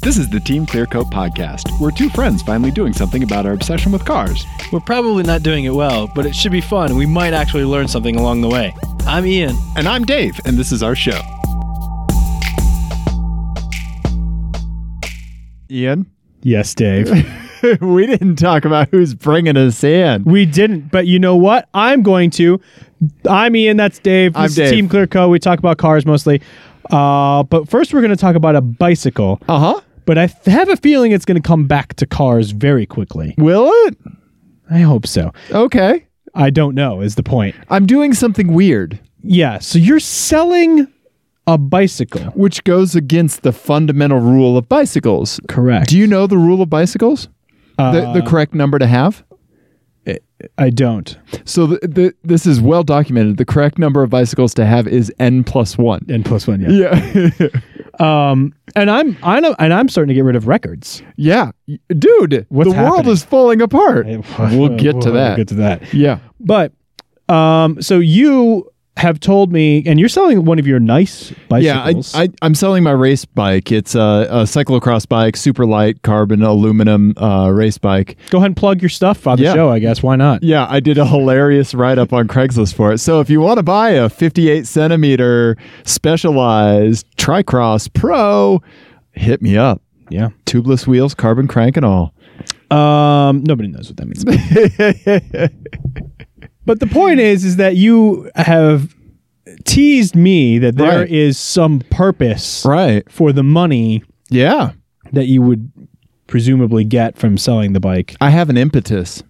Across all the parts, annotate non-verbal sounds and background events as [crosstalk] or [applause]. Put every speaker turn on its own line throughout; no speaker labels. This is the Team Clearcoat podcast. We're two friends finally doing something about our obsession with cars.
We're probably not doing it well, but it should be fun and we might actually learn something along the way. I'm Ian.
And I'm Dave, and this is our show. Ian,
Yes, Dave.
[laughs]
[laughs]
we didn't talk about who's bringing us in.
we didn't, but you know what? I'm going to. I'm Ian. That's Dave.
I'm
This is
Dave.
Team Clear Co. We talk about cars mostly. Uh, but first, we're going to talk about a bicycle.
Uh huh.
But I f- have a feeling it's going to come back to cars very quickly.
Will it?
I hope so.
Okay.
I don't know, is the point.
I'm doing something weird,
Yeah. So you're selling a bicycle.
which goes against the fundamental rule of bicycles.
Correct.
Do you know the rule of bicycles? the, the correct number to have?
I don't.
So the, the, this is well documented. The correct number of bicycles to have is n plus one.
And plus one, yeah. [laughs]
Yeah,
Um, and I'm, I know, and I'm starting to get rid of records.
yeah, Y- dude.
What's
the world
happening?
is falling apart. We'll get to that.
We'll get to that.
Yeah,
But um, so you have told me, and you're selling one of your nice bicycles.
yeah. I, I, I'm selling my race bike. It's a, a cyclocross bike, super light carbon aluminum uh, race bike.
Go ahead and plug your stuff on the
Yeah.
show. I guess why not?
Yeah, I did a hilarious write up on Craigslist for it. So if you want to buy a 58 centimeter specialized Tricross Pro, hit me up.
Yeah.
Tubeless wheels, carbon crank, and all.
Um, nobody knows what that means. [laughs] but the point is, is that you have teased me that there is
Right.
some purpose
Right.
for the money
Yeah.
that you would presumably get from selling the bike.
I have an impetus.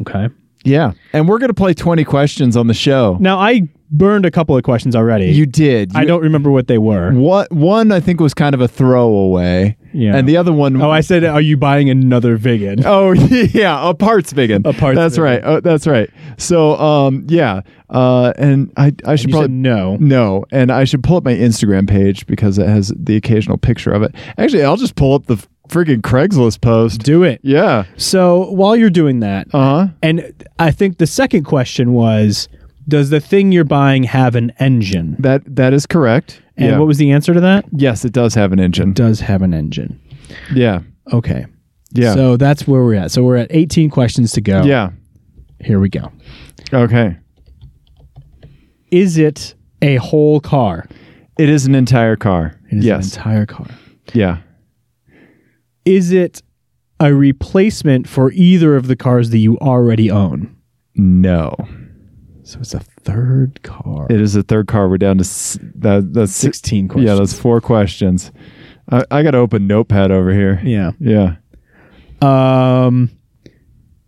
Okay.
Yeah. And we're going to play 20 questions on the show.
Now I burned a couple of questions already.
You did.
I
You-
don't remember what they were.
What one I think was kind of a throwaway.
Yeah.
And the other one
Oh, I said, are you buying another vegan?
[laughs] Oh yeah, a parts vegan.
A parts
That's
vegan.
right. Oh, that's right. So um yeah, uh and I I should
You
probably Mm,
said no.
no, and I should pull up my Instagram page because it has the occasional picture of it. Actually, I'll just pull up the freaking Craigslist post.
Do it.
Yeah.
So while you're doing that,
Uh huh.
and I think the second question was, does the thing you're buying have an engine?
That that is correct.
And
yeah.
what was the answer to that?
yes, it does have an engine.
Does have an engine.
Yeah.
Okay.
Yeah.
So that's where we're at. So we're at 18 questions to go.
yeah.
Here we go.
Okay.
Is it a whole car?
It is an entire car.
It is
yes.
an entire car.
yeah.
Is it a replacement for either of the cars that you already own?
No.
So it's a third car.
It is the third car. We're down to s- that, that's six.
16 questions.
Yeah, that's four questions. I, I got to open Notepad over here.
yeah.
Yeah.
Um,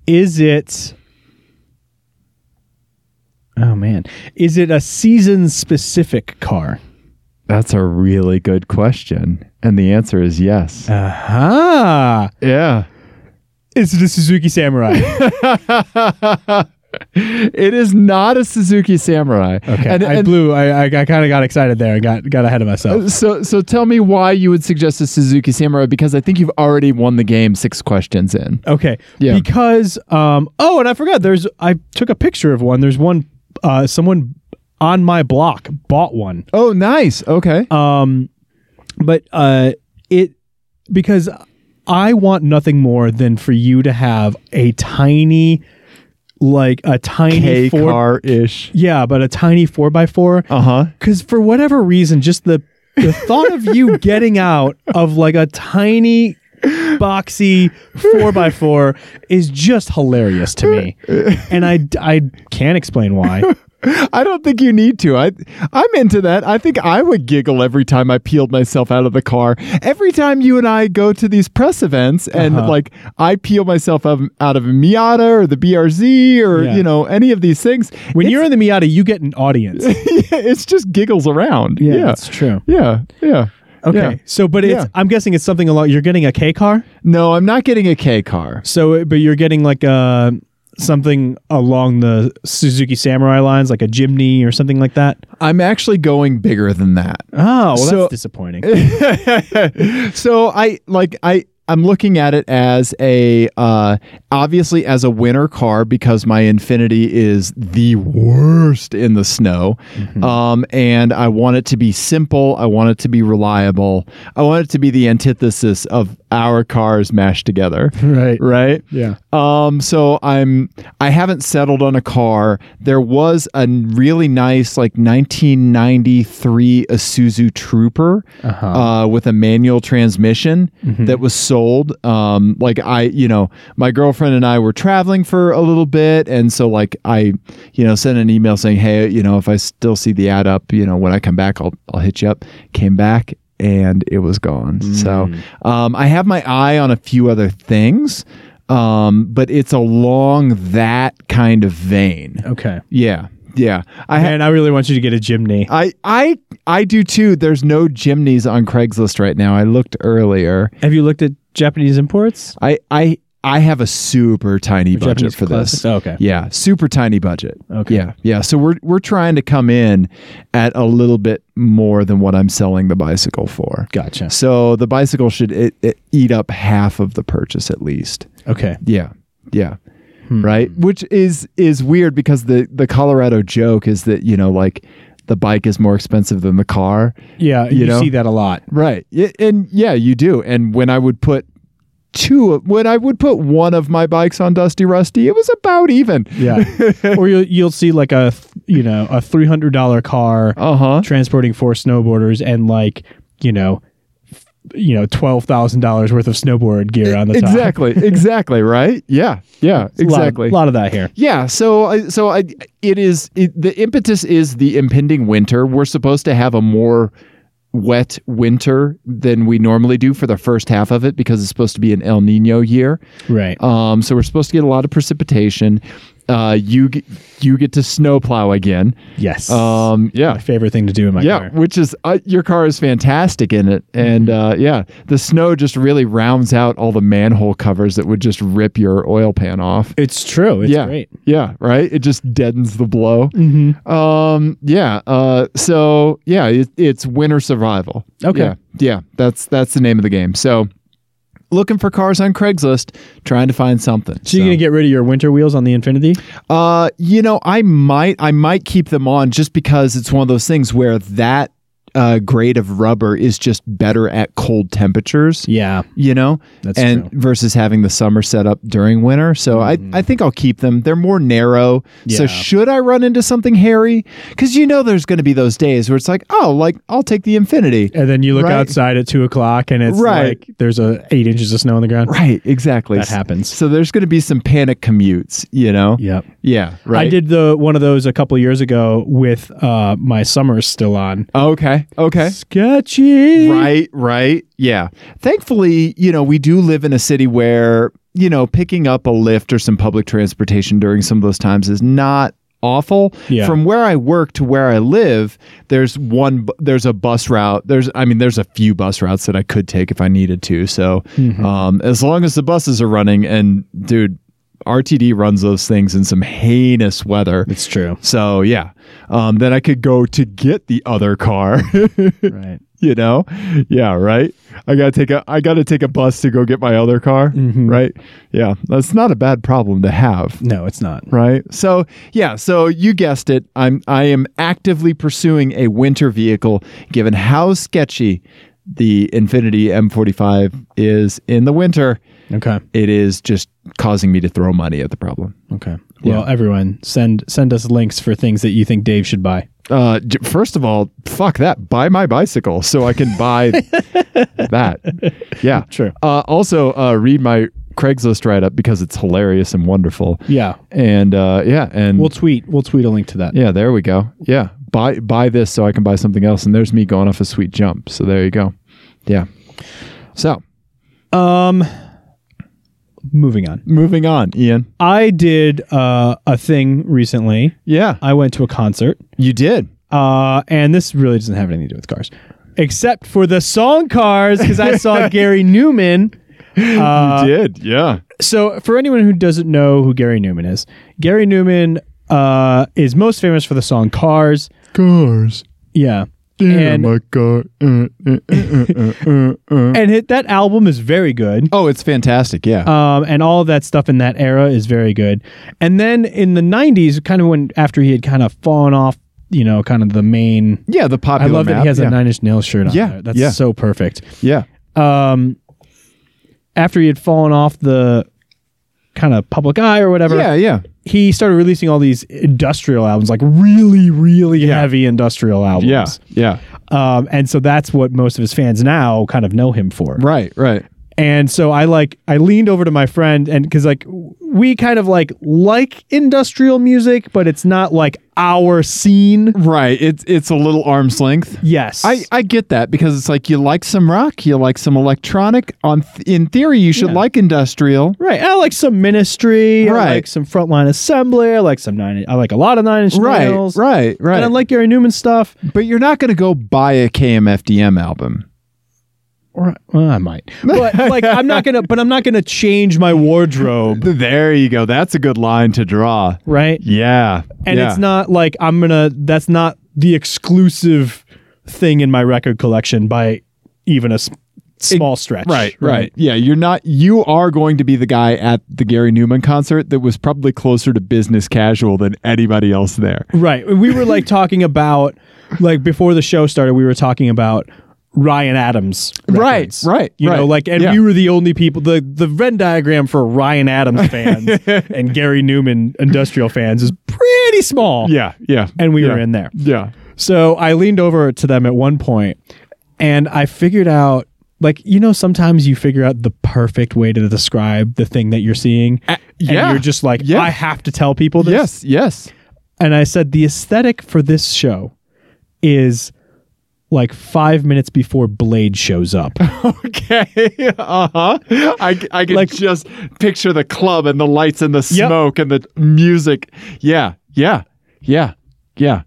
is it? Oh man, is it a season-specific car?
That's a really good question. And the answer is
[laughs]
yes.
Aha!
Yeah. [laughs]
Is it a Ah! Suzuki Samurai?
it is not a Suzuki Samurai.
Okay,
And,
I
and Uh,
blew. I I, I kind of got excited there and got got ahead of myself.
so, so tell me why you would suggest a Suzuki Samurai because I think you've already won the game six questions in.
Okay,
Yeah.
because um. Oh, and I forgot. There's I took a picture of one. There's one. Uh, someone on my block bought one.
Oh, nice. Okay.
Um, but uh, it because I want nothing more than for you to have a tiny, like a tiny
K
four,
car ish.
yeah, but a tiny four by four.
Uh huh.
Because for whatever reason, just the the thought
[laughs]
of you getting out of like a tiny boxy four by four is just hilarious to me and i i can't explain why
I don't think you need to. I I'm into that. I think I would giggle every time I peeled myself out of the car. Every time you and I go to these press events and
Uh-huh.
like I peel myself up, out of a Miata or the BRZ or
Yeah.
you know any of these things.
when
[laughs]
you're in the miata you get an audience
it's just giggles around.
yeah.
Yeah.
that's true
Yeah. Yeah.
Okay.
Yeah.
So, but it's,
Yeah.
I'm guessing it's something along. You're getting a K car.
No, I'm not getting a K car.
So, but you're getting like a something along the Suzuki Samurai lines, like a Jimny or something like that.
I'm actually going bigger than that.
Oh, well,
So- [laughs]
that's disappointing.
so I like I I'm looking at it as a uh, obviously as a winter car because my Infinity is the worst in the snow, um, and I want it to be simple. I want it to be reliable. I want it to be the antithesis of our cars mashed together.
[laughs] Right.
Right.
Yeah.
Um, so I'm I haven't settled on a car. There was a n- really nice like 1993 Isuzu Trooper uh with a manual transmission that was sold. Um, like I, you know, my girlfriend and I were traveling for a little bit, and so like I, you know, sent an email saying, hey, you know, if I still see the ad up, you know, when I come back, I'll I'll hit you up. Came back and it was gone. So um, I have my eye on a few other things, um, but it's along that kind of vein.
Okay.
Yeah, yeah. I ha-
And I really want you to get a Jimny.
I I I do too. There's no Jimneys on Craigslist right now. I looked earlier.
Have you looked at Japanese imports?
I I I have a super tiny budget
Japanese
for
classics?
this.
Oh, okay.
Yeah, super tiny budget.
Okay.
Yeah, yeah. So we're we're trying to come in at a little bit more than what I'm selling the bicycle for.
Gotcha.
So the bicycle should it, it eat up half of the purchase at least.
Okay.
Yeah. Yeah.
Hmm.
Right? Which is is weird because the the Colorado joke is that, you know, like the bike is more expensive than the car.
Yeah. You,
know?
see that a lot.
Right. Y- And yeah, you do. And when I would put two of, when I would put one of my bikes on Dusty Rusty, it was about even.
Yeah. [laughs] or you'll, you'll see like a, th- you know, a $300 car
Uh-huh.
transporting four snowboarders and like, you know, f- you know, $12,000 worth of snowboard
E,
gear on the top. [laughs]
Exactly. Exactly, right? Yeah. Yeah,
A lot-
exactly.
A lot of that here.
Yeah, so I, so I, it is it, the impetus is the impending winter. We're supposed to have a more wet winter than we normally do for the first half of it because it's supposed to be an El Nino year.
Right.
Um, so we're supposed to get a lot of precipitation. Uh, you get, you get to snowplow again.
yes.
Um,
My
yeah.
favorite thing to do in my
Yeah,
car.
which is uh, your car is fantastic in it, and uh, yeah, the snow just really rounds out all the manhole covers that would just rip your oil pan off.
It's true. It's
yeah,
great.
yeah, right. It just deadens the blow.
Mm-hmm.
Um. Yeah. Uh. So yeah, it, it's winter survival.
Okay.
Yeah, yeah. That's that's the name of the game. So, looking for cars on Craigslist, trying to find something.
So, you're gonna get rid of your winter wheels on the Infinity?
Uh. You know, I might I might keep them on just because it's one of those things where that uh, grade of rubber is just better at cold temperatures.
Yeah,
You know,
that's
and
true. Mm-hmm.
versus having the summer set up during winter. So I, I think I'll keep them. They're more narrow.
Yeah.
So should I run into something hairy? Because you know there's going to be those days where it's like, oh, like I'll take the Infinity.
And then you look
Right.
outside at two o'clock, and it's
Right.
like there's a eight inches of snow on the ground.
Right, exactly.
That happens.
So there's going to be some panic commutes, you know?
Yep.
Yeah, right.
I did the one of those a couple years ago with uh, my summers still on.
Okay, okay.
Sketchy.
Right, right. Yeah. Thankfully, you know, we do live in a city where, you know, picking up a lift or some public transportation during some of those times is not awful.
Yeah.
From where I work to where I live, there's one bu- there's a bus route. There's I mean, there's a few bus routes that I could take if I needed to. So,
Mm-hmm.
um as long as the buses are running and dude, RTD runs those things in some heinous weather.
It's
[laughs]
true.
So, yeah. Um then I could go to get the other car. [laughs]
Right.
you know yeah right i gotta take a i gotta take a bus to go get my other car right yeah that's not a bad problem to have
No, it's not.
right so yeah so you guessed it i'm i am actively pursuing a winter vehicle given how sketchy the infinity m45 is in the winter
Okay.
it is just causing me to throw money at the problem
Okay. Well, everyone, send send us links for things that you think Dave should buy.
uh j- first of all fuck that buy my bicycle so i can
[laughs]
buy that yeah
True.
Uh, also, uh, read my Craigslist write up because it's hilarious and wonderful.
Yeah.
And uh, yeah, and
We'll tweet. We'll tweet a link to that.
yeah, there we go. Yeah, buy buy this so I can buy something else. And there's me going off a sweet jump. So there you go. Yeah. So
Um. Moving on.
moving on, Ian.
I did uh, a thing recently.
Yeah,
I went to a concert,
Uh, you did.
uh, and this really doesn't have anything to do with cars, except for the song Cars, because I saw Gary Newman. Uh,
you did. Yeah.
So, for anyone who doesn't know who Gary Newman is, Gary Newman uh, is most famous for the song Cars.
Cars.
Yeah. And-
oh my god. Uh, uh, uh, uh, uh, uh.
[laughs] And it, that album is very good.
Oh, it's fantastic. Yeah.
um, and all of that stuff in that era is very good. And then in the '90s, kind of when after he had kind of fallen off, you know, kind of the main.
yeah, the
I
popular
love that
map,
he has
yeah.
a Nine Inch Nails shirt on.
Yeah,
there. that's
yeah.
so perfect.
Yeah.
Um, after he had fallen off the kind of public eye or whatever,
Yeah, yeah.
he started releasing all these industrial albums, like really, really heavy industrial albums.
Yeah. Yeah.
Um, and so that's what most of his fans now kind of know him for.
Right, right.
And so I like I leaned over to my friend and because like we kind of like like industrial music, but it's not like our scene.
Right. It's it's a little arm's length.
Yes,
I, I get that because it's like you like some rock, you like some electronic. On th- in theory, you should
Yeah.
like industrial.
right. I like some Ministry. I
Right.
like some Frontline Assembly. I like some Nine. I like a lot of Nine Inch
Right,
Nails.
right, right.
And I like Gary Newman stuff.
but you're not going to go buy a KMFDM album.
Or well,
[laughs]
I might, but like I'm not gonna. But I'm not gonna change my wardrobe,
There you go. That's a good line to draw.
right?
Yeah,
and
yeah.
it's not like I'm gonna. That's not the exclusive thing in my record collection by even a s- small stretch.
Right, right. Yeah, you're not. You are going to be the guy at the Gary Newman concert that was probably closer to business casual than anybody else there.
right. We were like talking about like before the show started. We were talking about Ryan Adams.
Right,
records.
right,
You
right.
know, like, and
Yeah.
we were the only people. the The Venn diagram for Ryan
[laughs]
Adams fans and Gary Newman industrial fans is pretty small.
Yeah, yeah.
and we
yeah,
were in there.
Yeah.
So I leaned over to them at one point and I figured out like you know sometimes you figure out the perfect way to describe the thing that you're seeing
yeah.
and you're just like
Yeah.
I have to tell people
Yes,
this
yes.
and I said the aesthetic for this show is like 5 minutes before Blade shows up
[laughs] Okay. Uh huh. I, I can
Like-
just picture the club and the lights and the
Yep.
smoke and the music. Yeah. Yeah. Yeah. Yeah.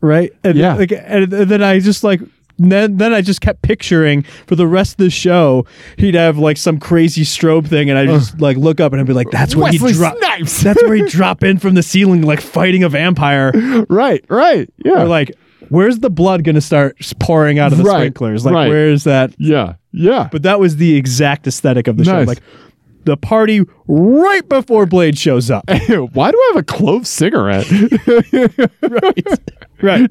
right and
Yeah.
like and then I just like then, then I just kept picturing for the rest of the show he'd have like some crazy strobe thing and I just like look up and I'd be like that's where
Wesley
he dropped
Snipes.
[laughs] That's
[laughs]
where he'd drop in from the ceiling, like fighting a vampire.
right. Right. Yeah.
Or like, where's the blood going to start pouring out of the
Right,
sprinklers? Like,
right.
where's that?
yeah. Yeah.
But that was the exact aesthetic of the show.
Nice.
Like, the party right before Blade
[laughs]
shows
[laughs]
up.
Why do I have a clove cigarette?
[laughs] right.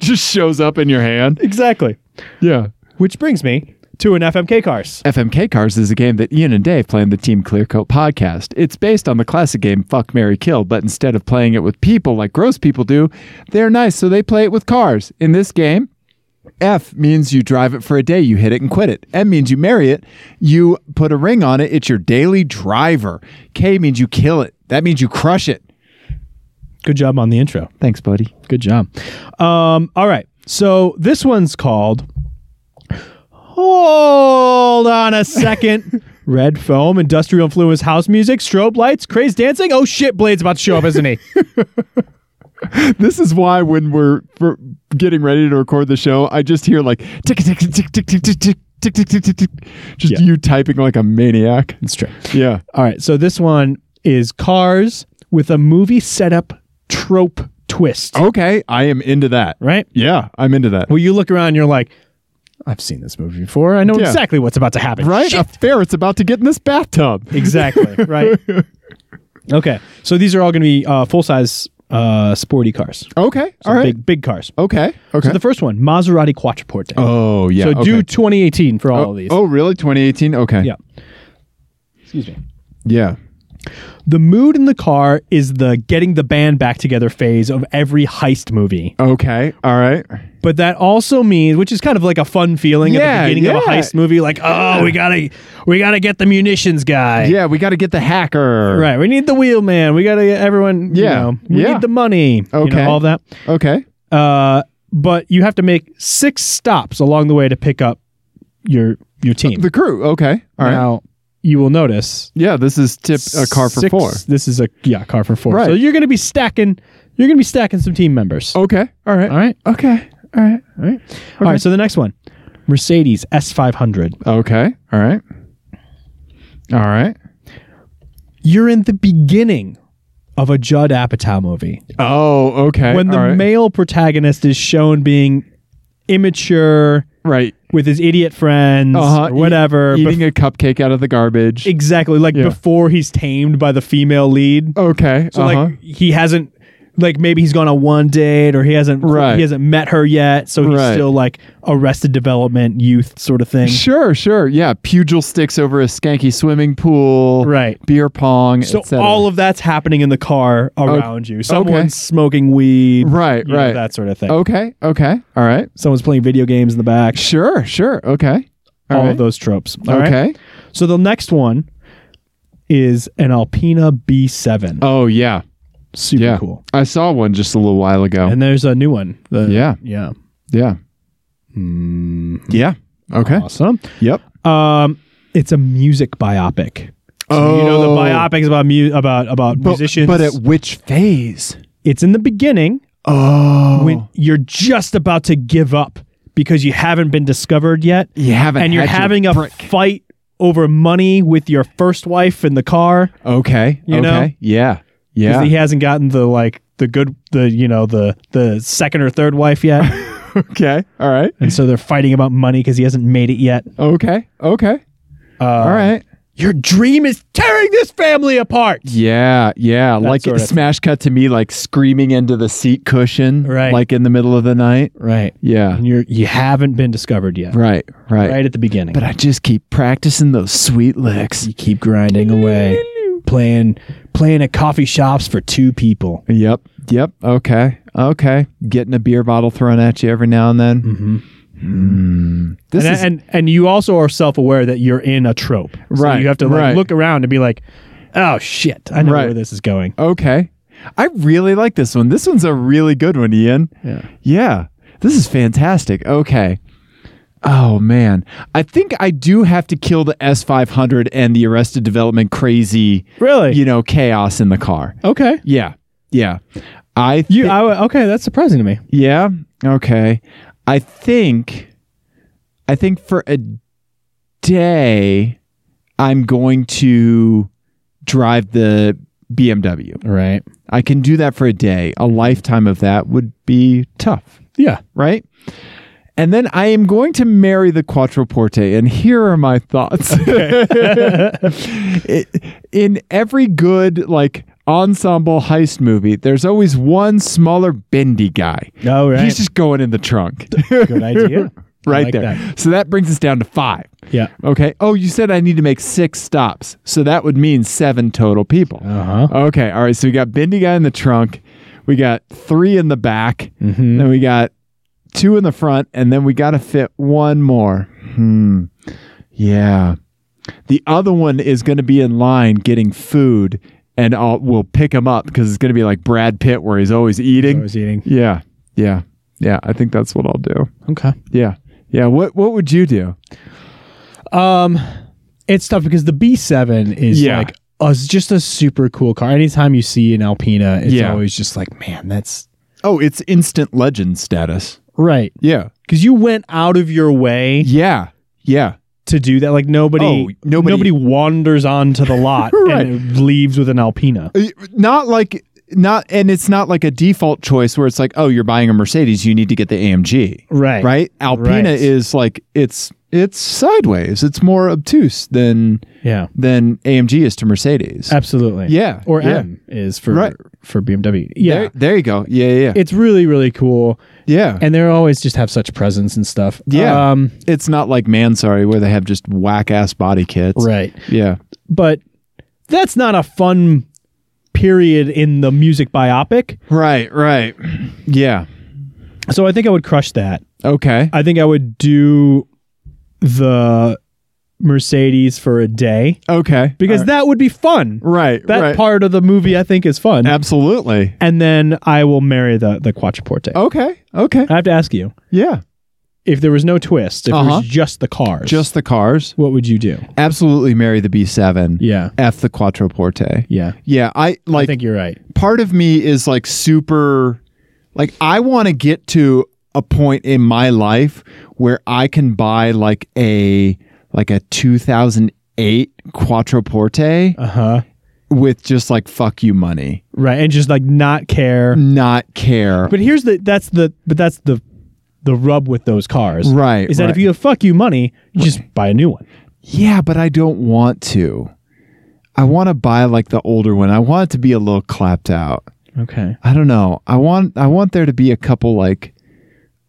[laughs] just shows up in your hand.
Exactly.
Yeah.
Which brings me to an FMK Cars.
FMK Cars is a game that Ian and Dave play in the Team Clearcoat podcast. It's based on the classic game Fuck Mary Kill, but instead of playing it with people like gross people do, they're nice, so they play it with cars. In this game, F means you drive it for a day, you hit it and quit it. M means you marry it, you put a ring on it, it's your daily driver. K means you kill it, that means you crush it.
Good job on the intro.
Thanks, buddy.
Good job. Um, all right. So this one's called Hold on
[laughs]
a second. Red foam, industrial influence, house music, strobe lights, crazed dancing. Oh shit, Blade's about to show up,
[laughs]
isn't he?
This is why when we're for getting ready to record the show, I just hear like tick tick tick tick tick tick tick tick tick tick tick tick just
Yeah.
you typing like a maniac.
That's true.
Yeah.
All right. So this one is Cars with a movie setup trope twist.
Okay, I am into that.
Right?
Yeah, I'm into that.
Well, you look around and you're like, I've seen this movie before. I know
Yeah.
exactly what's about to happen.
right?
Shit.
A ferret's about to get in this bathtub. [laughs]
Exactly. Right. okay. So these are all going to be uh, full size uh, sporty cars.
Okay,
So
all right.
Big, big cars.
okay, okay.
So the first one, Maserati Quattroporte.
oh, yeah.
so
okay.
do 2018 for all of these.
Oh, really? 2018? Okay.
Yeah. Excuse me.
Yeah.
The mood in the car is the getting the band back together phase of every heist movie.
Okay, all right.
But that also means, which is kind of like a fun feeling at
Yeah,
the beginning of a
yeah.
heist movie, like, oh, we gotta, we gotta get the munitions guy.
Yeah, we got to get the hacker.
Right. We need the wheel man. We gotta get everyone. You
Yeah,
know, we
yeah.
need the money. you know,
Okay.
all that.
Okay.
Uh, but you have to make six stops along the way to pick up your your team.
The crew. Okay. All right.
Now you will notice
yeah, this is tip a car for
six-
four.
This is a yeah car for four.
Right. Oh,
So you're going to be stacking. You're going to be stacking some team members.
Okay. All right.
All right.
Okay. All right. All right.
All right. So the next one, Mercedes S500.
Okay. All right. All right.
You're in the beginning of a Judd Apatow movie
Oh, okay.
when the
all right.
male protagonist is shown being immature
Right.
with his idiot friends
Uh-huh.
or whatever.
Eating a cupcake out of the garbage.
bef- exactly. Like
Yeah.
before he's tamed by the female lead.
okay.
So
uh-huh.
like he hasn't like maybe he's gone on one date or he hasn't
Right.
he hasn't met her yet, so he's
Right.
still like arrested development youth sort
[laughs]
of thing.
Sure, sure. Yeah, pugil sticks over a skanky swimming pool.
Right.
Beer pong.
So all of that's happening in the car around you. Someone's smoking weed.
Oh, Right,
you know,
right. Oh.
that sort of thing.
okay, okay, all right.
Someone's playing video games in the back.
Sure, sure. Okay,
all
right.
of those tropes. All right.
okay.
So the next one is an Alpina B7.
Oh yeah,
Super
yeah.
cool.
I saw one just a little while ago.
And there's a new one. The-
Yeah.
Yeah.
yeah, yeah. Okay.
Mm-hmm. Awesome.
Yep.
Um, it's a music biopic. So you know the
Oh.
biopic is about mu- about about
But,
musicians.
but at which phase?
it's in the beginning
Oh,
when you're just about to give up because you haven't been discovered yet,
you haven't.
and you're
had your
having a
brick.
fight over money with your first wife in the car
okay.
you
okay.
know?
Yeah.
because
Yeah.
he hasn't gotten the like the good the you know the the second or third wife yet.
[laughs] [laughs] okay. All right.
and so they're fighting about money because he hasn't made it yet.
Okay. Okay.
Uh,
All right.
your dream is tearing this family apart.
Yeah, yeah. Like
sort of-
smash cut to me, like screaming into the seat cushion,
Right.
Like in the middle of the night.
Right,
Yeah,
and you're you haven't been discovered yet.
right, right.
Right at the beginning,
But I just keep practicing those sweet licks.
you keep grinding away, playing playing at coffee shops for two people.
Yep, yep. Okay, okay. Getting a beer bottle thrown at you every now and then. Mm-hmm. This
And,
is
and and you also are self aware that you're in a trope. So
Right,
you have to like
right.
look around and be like, oh shit, I know
Right.
where this is going.
okay. I really like this one. This one's a really good one, Ian.
Yeah.
Yeah. This is fantastic. Okay. Oh man. I think I do have to kill the S500 and the Arrested Development crazy
Really?
you know, chaos in the car.
okay.
Yeah. Yeah. I th-
You. I, w- okay. That's surprising to me.
Yeah. Okay. I think I think for a day I'm going to drive the BMW.
Right.
I can do that for a day. A lifetime of that would be tough
Yeah.
right? And then I am going to marry the quattroporte, and here are my thoughts. [laughs] It- in every good like ensemble heist movie, there's always one smaller bendy guy.
Oh,
[laughs]
right.
He's just going in the
[laughs]
trunk,
Good idea. I
right
like
there.
that.
So that brings us down to five.
Yeah.
Okay. Oh, you said I need to make six stops, so that would mean seven total people.
Uh huh.
Okay. All right. So we got Bendy guy in the trunk. We got three in the back. Then we got two in the front, and then we got to fit one more. Hmm. Yeah. The other one is going to be in line getting food, and I'll, we'll pick him up because it's going to be like Brad Pitt, where he's always eating.
I was eating.
yeah. Yeah. Yeah. I think that's what I'll do.
Okay.
Yeah. Yeah. What What would you do?
Um, it's tough because the B7 is
Yeah.
like a, it's just a super cool car. Anytime you see an Alpina, it's
Yeah.
always just like, man, that's
Oh, it's instant legend status.
right.
Yeah.
Because you went out of your way
Yeah. Yeah.
to do that. Like nobody,
Oh,
nobody,
nobody-
wanders onto the lot
[laughs] Right.
and leaves with an Alpina.
Uh, not like not and it's not like a default choice where it's like oh you're buying a mercedes you need to get the amg
Right.
right alpina
Right.
is like it's it's sideways it's more obtuse than
Yeah.
than amg is to mercedes
Absolutely.
Yeah,
Or
yeah.
M is for
Right.
for BMW. Yeah.
there, there you go yeah yeah yeah.
it's really really cool,
yeah
and they always just have such presence and stuff.
Yeah.
Um.
it's not like man sorry where they have just whack ass body kits
Right.
yeah
but that's not a fun period in the music biopic.
right right yeah
So I think I would crush that.
okay
I think I would do the Mercedes for a day
okay
because
All
that would be fun.
right right,
That
right.
part of the movie I think is fun.
absolutely
and then I will marry the the Quattroporte.
okay okay
I have to ask you,
yeah
if there was no twist, if it
Uh-huh.
was just the cars,
just the cars
what would you do?
absolutely marry the b7
Yeah.
F the quattroporte.
Yeah.
Yeah, I
I
like
think you're right.
part of me is like super like I want to get to a point in my life where I can buy like a like a 2008 quattroporte
Uh-huh.
with just like fuck you money.
Right. And just like not care.
Not care.
But here's the that's the but that's the the rub with those cars.
Right,
Is that if
right.
you have fuck you money, you just buy a new one.
Yeah, but I don't want to. I want to buy like the older one. I want it to be a little clapped out.
Okay.
I don't know. I want I want there to be a couple like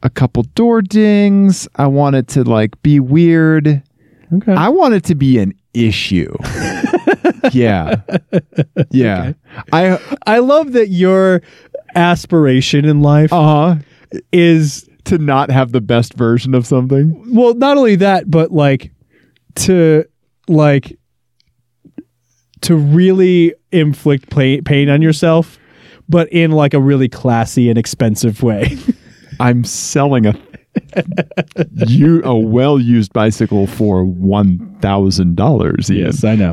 a couple door dings. I want it to like be weird.
Okay.
I want it to be an [laughs] issue. yeah. Yeah. I
I love that your aspiration in life
uh huh
is
to not have the best version of something.
well not only that but like to like to really inflict pla pain on yourself but in like a really classy and expensive way [laughs]
I'm selling a you a well used bicycle for one thousand dollars.
i [laughs] know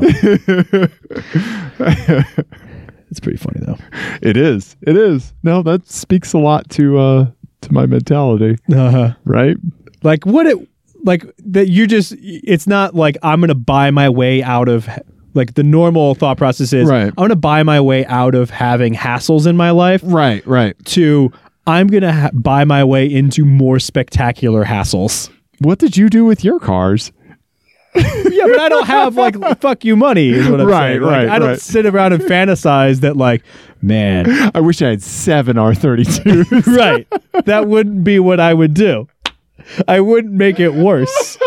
it's pretty funny though
It is. It is. No, that speaks a lot to uh to my mentality,
uh-huh.
right?
like what it like that you just it's not like i'm gonna buy my way out of like the normal thought process is
Right.
i'm gonna buy my way out of having hassles in my life
Right, right.
to I'm gonna ha- buy my way into more
[laughs]
spectacular hassles.
What did you do with your cars?
yeah, but I don't have like fuck you money. Is what I'm
Right,
saying. Like,
right,
I don't
right.
sit around and fantasize that like, man,
[laughs] I wish I had seven R32s.
[laughs] right? That wouldn't be what I would do. I wouldn't make
[laughs]
it worse.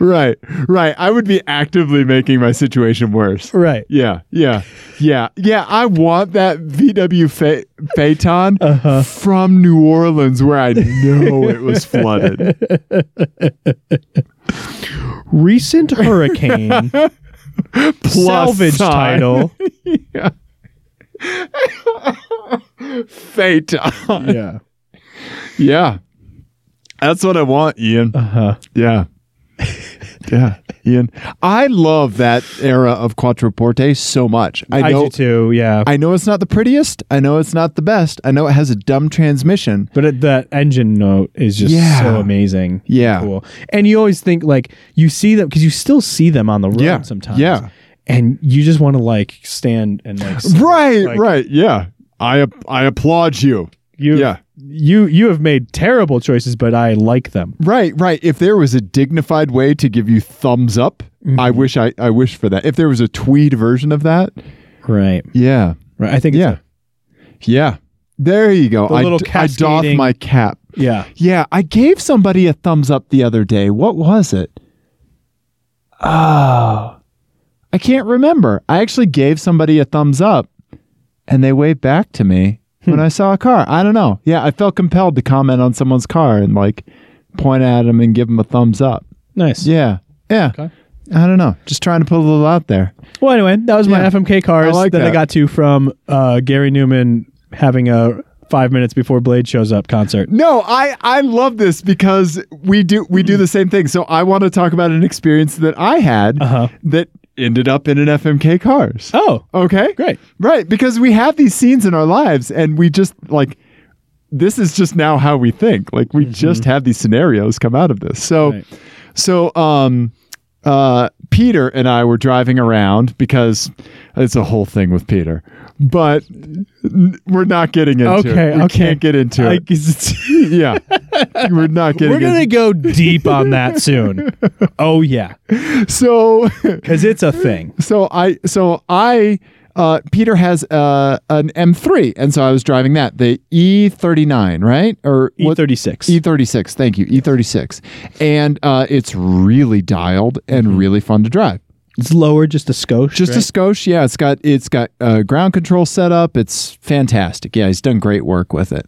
right, right. I would be actively making my situation worse.
Right.
Yeah, yeah, yeah, yeah. I want that VW Pha- Phaeton
Uh-huh.
from New Orleans where I know it was flooded.
[laughs] [laughs] Recent hurricane salvage
sign.
title.
Phaeton.
Yeah.
Yeah. That's what I want, Ian.
Uh huh.
Yeah. yeah, Ian. I love that era of Quattroporte so much. I,
I,
know
do too. Yeah.
I know it's not the prettiest. I know it's not the best. I know it has a dumb transmission.
But it, that engine note is just
Yeah.
so amazing.
Yeah.
Cool. And you always think like you see them because you still see them on the road
Yeah.
sometimes.
Yeah.
And you just want to like stand and like s-
Right,
like,
right. Yeah. I ap- I applaud you.
You
Yeah.
You you have made terrible choices, but I like them.
Right, right. If there was a dignified way to give you thumbs up, I wish I I wish for that. If there was a tweed version of that,
Right.
yeah.
Right. I think.
Yeah.
It's
Yeah. There you go.
The
I,
little
d- I doff
cascading-
my cap.
a- yeah.
Yeah, I gave somebody a thumbs up the other day. What was it? Oh, I can't remember. I actually gave somebody a thumbs up and they waved back to me when I saw a car. I don't know. Yeah, I felt compelled to comment on someone's car and like point at them and give them a thumbs up.
Nice.
Yeah. Yeah.
Okay.
I don't know. Just trying to put a little out there.
Well, anyway, that was my
Yeah.
FMK cars
I like
that, I
that.
got to from uh, Gary Newman having a five minutes before Blade shows up concert.
No, I I love this because we do we do the same thing. So I want to talk about an experience that I had
Uh-huh.
that ended up in an FMK cars.
Oh,
Okay.
great.
Right, because we have these scenes in our lives and we just like this is just now how we think. Like we just have these scenarios come out of this. So
Mm-hmm. Right.
so um uh Peter and I were driving around because it's a whole thing with Peter. But n- we're not getting into it.
Okay,
We
okay.
can't get into
I- [laughs]
it. yeah. We're not getting
We're gonna
into
go deep on that soon. [laughs] Oh yeah,
So
because it's a [laughs] thing.
so I so I uh, Peter has uh, an M3, and so I was driving that the E39, right? Or
E
what-
thirty six.
E36. Thank you, E36, and uh, it's really dialed
Mm-hmm.
and really fun to drive.
It's lower, just a skosh.
Just a skosh, yeah. It's got it's got uh, ground control set up. It's fantastic. Yeah, he's done great work with it.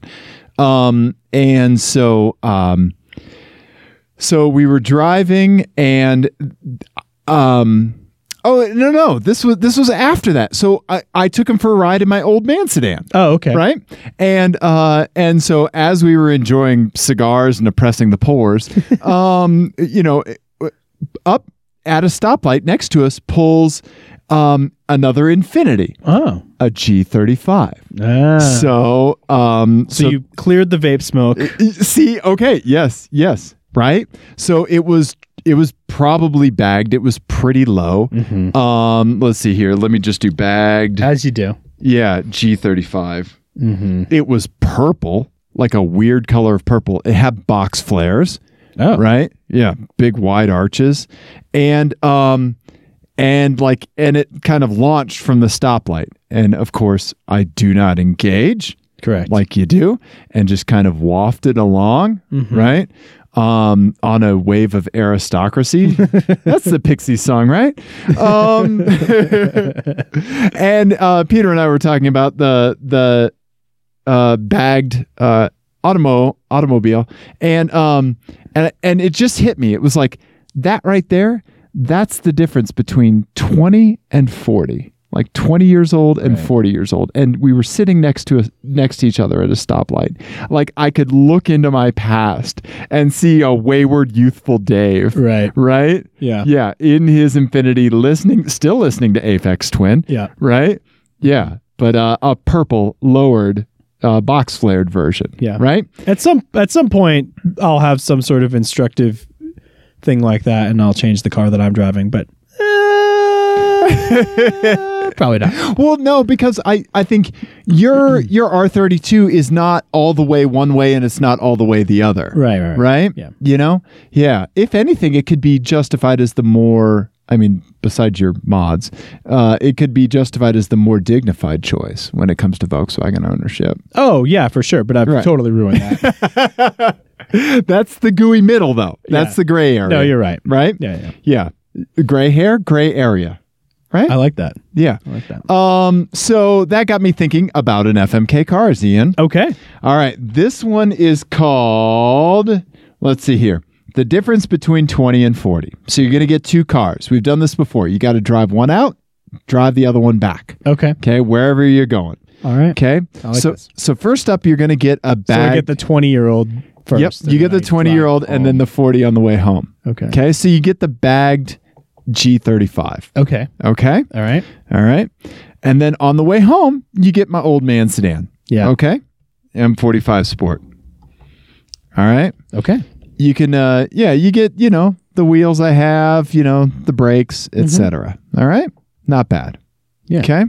Um, and so um, so we were driving, and um, oh no no this was this was after that. So I I took him for a ride in my old man sedan.
oh okay.
Right, and uh, and so as we were enjoying cigars and oppressing the pores, um, you know, up at a stoplight next to us pulls um, another Infinity,
Oh.
a G35.
Ah. So,
So, um, so,
you cleared the vape smoke.
see, okay, yes, yes, right. So it was it was probably bagged. It was pretty low. Um, let's see here. Let me just do bagged.
As you do.
Yeah, G35.
Mm-hmm.
It was purple. like a weird color of purple. It had box flares,
Oh.
right? Yeah, big wide arches, and um, and like and it kind of launched from the stoplight. And of course, I do not engage
Correct.
like you do and just kind of wafted along, right? Um, on a wave of aristocracy. That's the Pixie song, right? Um, [laughs] and uh, Peter and I were talking about the the uh, bagged uh, automo automobile, and um, and and it just hit me. It was like that right there. That's the difference between twenty and forty. Like twenty years old and forty years old, and we were sitting next to a, next to each other at a stoplight. Like I could look into my past and see a wayward, youthful Dave,
right.
right?
Yeah.
Yeah, in his infinity, listening, still listening to Aphex Twin,
Yeah.
right? Yeah, but uh, a purple lowered, uh, box flared version.
Yeah.
right.
At some at some point, I'll have some sort of instructive thing like that, and I'll change the car that I'm driving. But uh, [laughs] probably not.
Well, no, because I, I think your your R thirty two is not all the way one way, and it's not all the way the other.
Right. Right.
Right.
Yeah.
You know. Yeah. If anything, it could be justified as the more. I mean, besides your mods, uh, it could be justified as the more dignified choice when it comes to Volkswagen [laughs] ownership.
Oh yeah, for sure. But I've
Right.
totally
[laughs]
ruined that.
That's the gooey middle, though. That's
Yeah.
the gray area.
no, you're right.
right.
Yeah. Yeah.
Yeah. Gray hair, gray area.
I like that.
Yeah.
I like that.
Um. So that got me thinking about an FMK cars, Ian.
Okay.
All right. This one is called. Let's see here. The difference between 20 and 40. So you're going to get two cars. We've done this before. You got to drive one out, drive the other one back.
Okay.
Okay. Wherever you're going.
All right.
Okay.
I like
so
this.
so first up, you're going to get a
So I
bag.
get the 20 year old first.
Yep. You get the 20 year old and then the 40 on the way home.
Okay.
Okay. So you get the bagged G35.
Okay.
Okay.
All right.
All right. And then on the way home, you get my old man sedan.
Yeah.
Okay. M45 Sport. All right.
Okay.
You can, uh, yeah, you get, you know, the wheels I have, you know, the brakes, etc. All right. Not bad.
Mm-hmm. Yeah.
Okay.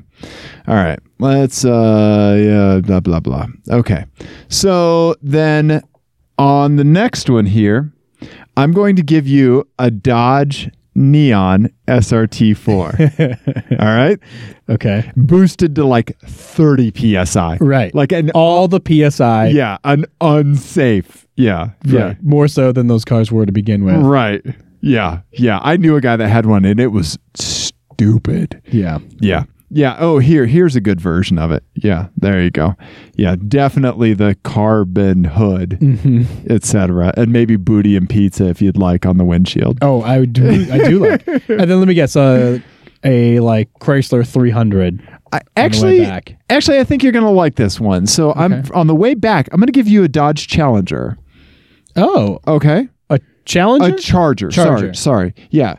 All right. Let's, uh, yeah, blah, blah, blah. Okay. So then on the next one here, I'm going to give you a Dodge Neon
[laughs]
SRT4. All right.
Okay.
Boosted to like 30 PSI.
Right.
Like an,
All the PSI.
yeah, an unsafe. Yeah.
Right.
Yeah.
More so than those cars were to begin with.
Right. Yeah. Yeah. I knew a guy that had one and it was stupid.
Yeah.
Yeah. Yeah. Oh, here, here's a good version of it. Yeah. There you go. Yeah. Definitely the carbon hood, etc. And maybe booty and pizza if you'd like on the windshield.
Oh, I do. I do [laughs] like. And then let me guess. Uh, a like Chrysler 300.
I, actually,
back.
actually, I think you're gonna like this one. So I'm on the way back. I'm gonna give you a Dodge Challenger.
Oh,
Okay.
a Challenger.
A charger.
Charger.
Sorry. Sorry. Yeah.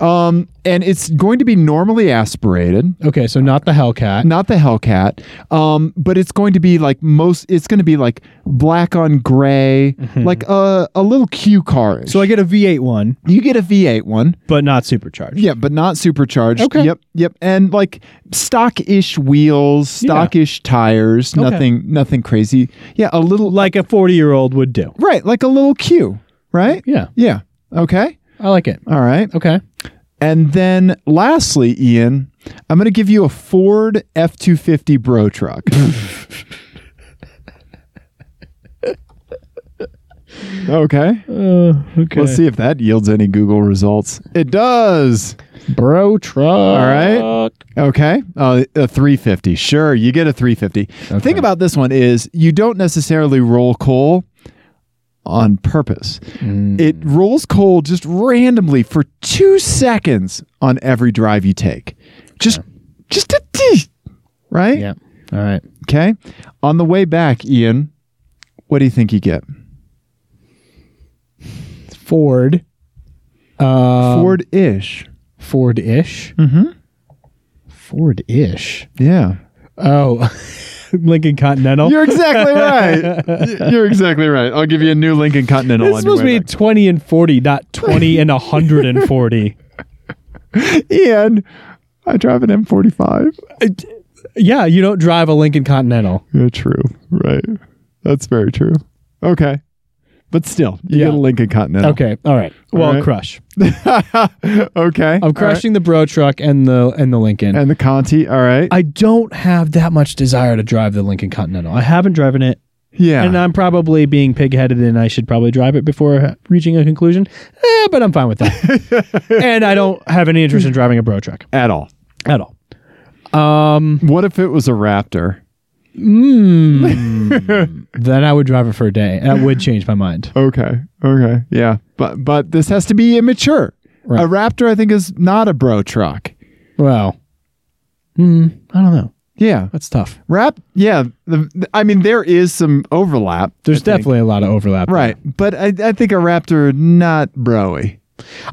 Um, and it's going to be normally aspirated.
okay, so not the Hellcat.
not the Hellcat, um, but it's going to be like most. It's going to be like black on gray, like a a little Q car.
So I get a V8 one,
you get a V8 one,
but not supercharged.
yeah, but not supercharged.
Okay.
Yep. Yep. And like stock-ish wheels, stock-ish tires.
Okay.
Nothing. Nothing crazy. Yeah. A little.
Like a 40 year old would do.
Right. Like a little Q. Right.
Yeah,
Yeah. Okay.
I like it.
All right.
Okay.
And then lastly, Ian, I'm going to give you a Ford F 250 Bro truck. okay.
Uh, okay.
Let's see if that yields any Google results. It does.
Bro truck. All
right. Okay. Uh, a 350. Sure. You get a 350. The thing about this one is you don't necessarily roll coal on purpose.
Mm.
It rolls coal just randomly for two seconds on every drive you take. Just, just a tee, right?
Yeah. All right.
Okay. On the way back, Ian, what do you think you get?
Ford. Uh,
Ford ish.
Ford ish.
Mhm.
Ford ish.
Yeah.
Oh, [laughs] Lincoln Continental.
You're exactly right. Y-
[laughs]
You're exactly right. I'll give you a new Lincoln Continental.
it's
on your
supposed to
way
be
back.
20 and 40, [laughs] not 20 and 140.
Ian, I drive an M45.
yeah, you don't drive a Lincoln Continental.
Yeah, true. Right. That's very true. Okay. But still, you
Yeah.
get a Lincoln Continental.
Okay. All right. Well,
right.
crush.
[laughs] okay.
I'm crushing the Bro truck and the and the Lincoln.
And the Conti. All right.
I don't have that much desire to drive the Lincoln Continental. I haven't driven it,
yeah.
and uh, I'm probably being pigheaded, and I should probably drive it before ha- reaching a conclusion. Eh, but I'm fine with that. [laughs] and I don't have any interest in driving a Bro truck
At all.
at all. Um,
What if it was a Raptor?
Hmm. [laughs] then I would drive it for a day. That would change my mind.
Okay. Okay. Yeah. But but this has to be immature.
Right.
A Raptor, I think, is not a bro truck.
Well, hmm, I don't know.
Yeah.
That's tough.
Rap. Yeah. The, the- I mean, there is some overlap.
There's definitely a lot of overlap. there.
Right. But I, I think a Raptor, not broy.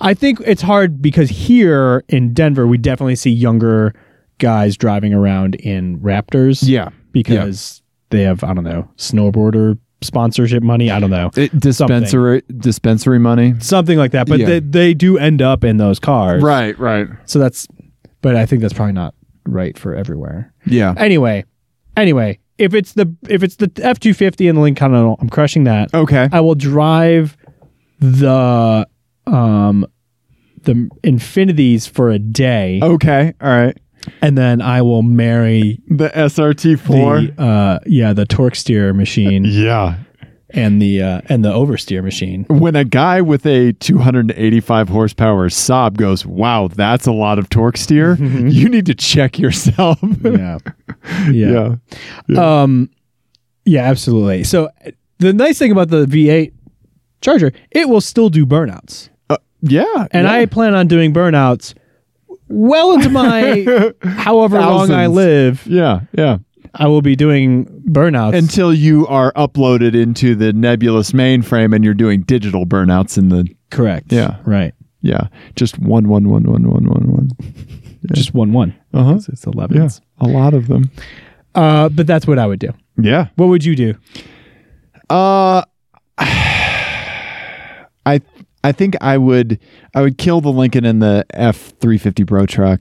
I think it's hard because here in Denver, we definitely see younger guys driving around in Raptors.
Yeah.
Because they have, I don't know, snowboarder sponsorship money. I don't know.
It, Uh, dispensary dispensary money.
Something like that. But
Yeah.
they, they do end up in those cars.
Right. Right.
So that's, but I think that's probably not right for everywhere.
Yeah.
Anyway, anyway, if it's the, if it's the F 250 and the Lincoln Continental, I'm crushing that.
Okay.
I will drive the um the infinities for a day
Okay. All right.
and then I will marry
The SRT four.
the uh yeah, the torque
[laughs]
steer machine
Yeah.
and the uh and the oversteer
[laughs]
machine.
When a guy with a 285 horsepower Saab goes, "Wow, that's a lot of torque
[laughs]
steer." You need to check yourself.
Yeah. yeah. Um yeah, absolutely. So the nice thing about the V8 Charger, it will still do burnouts.
Uh, yeah.
And
yeah.
I plan on doing burnouts well
[laughs]
into my however long I
Thousands.
live,
Yeah. Yeah.
I will be doing burnouts
Until you are uploaded into the nebulous mainframe and you're doing digital burnouts in the
Correct.
Yeah.
Right.
yeah, just one one one one one one one.
Just one one.
Uh huh.
It's
Yeah,
eleven.
a lot of them.
Uh, but that's what I would do.
Yeah.
What would you do?
Uh, [sighs] I I think I would I would kill the Lincoln and the F three fifty Bro truck.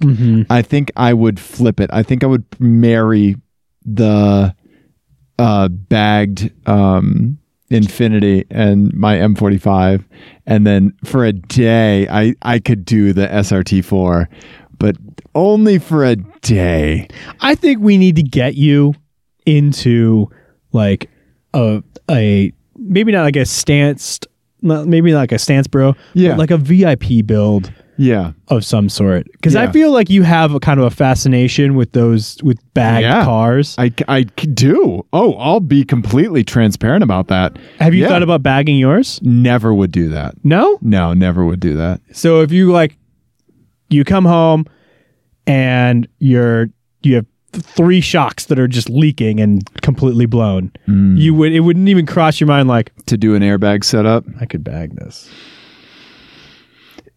I think I would flip it. I think I would marry the uh, bagged um, Infinity and my M forty five, and then for a day I I could do the SRT four, but only for a day.
I think we need to get you into like a a maybe not like a stanced not maybe not like a stance bro,
Yeah.
but like a VIP build
Yeah.
of some sort. Because I
Yeah.
feel like you have a kind of a fascination with those with bagged
Yeah.
cars.
I, I c- do. Oh, I'll be completely transparent about that.
have you
yeah.
thought about bagging yours?
Never would do that.
No?
No, never would do that.
So if you like, you come home and you're you have th- three shocks that are just leaking and completely blown. You would it wouldn't even cross your mind like
To do an airbag setup,
I could bag this.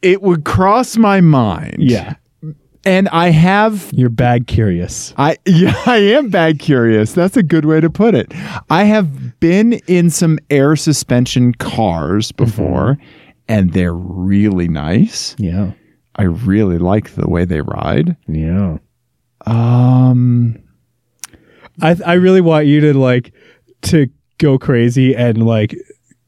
it would cross my mind.
Yeah,
And I have
you're bag curious.
I [laughs] yeah, I am bad curious. That's a good way to put it. I have been in some air suspension cars
Mm-hmm.
before and they're really nice.
Yeah,
I really like the way they ride.
yeah.
Um
I I really want you to like to go crazy and like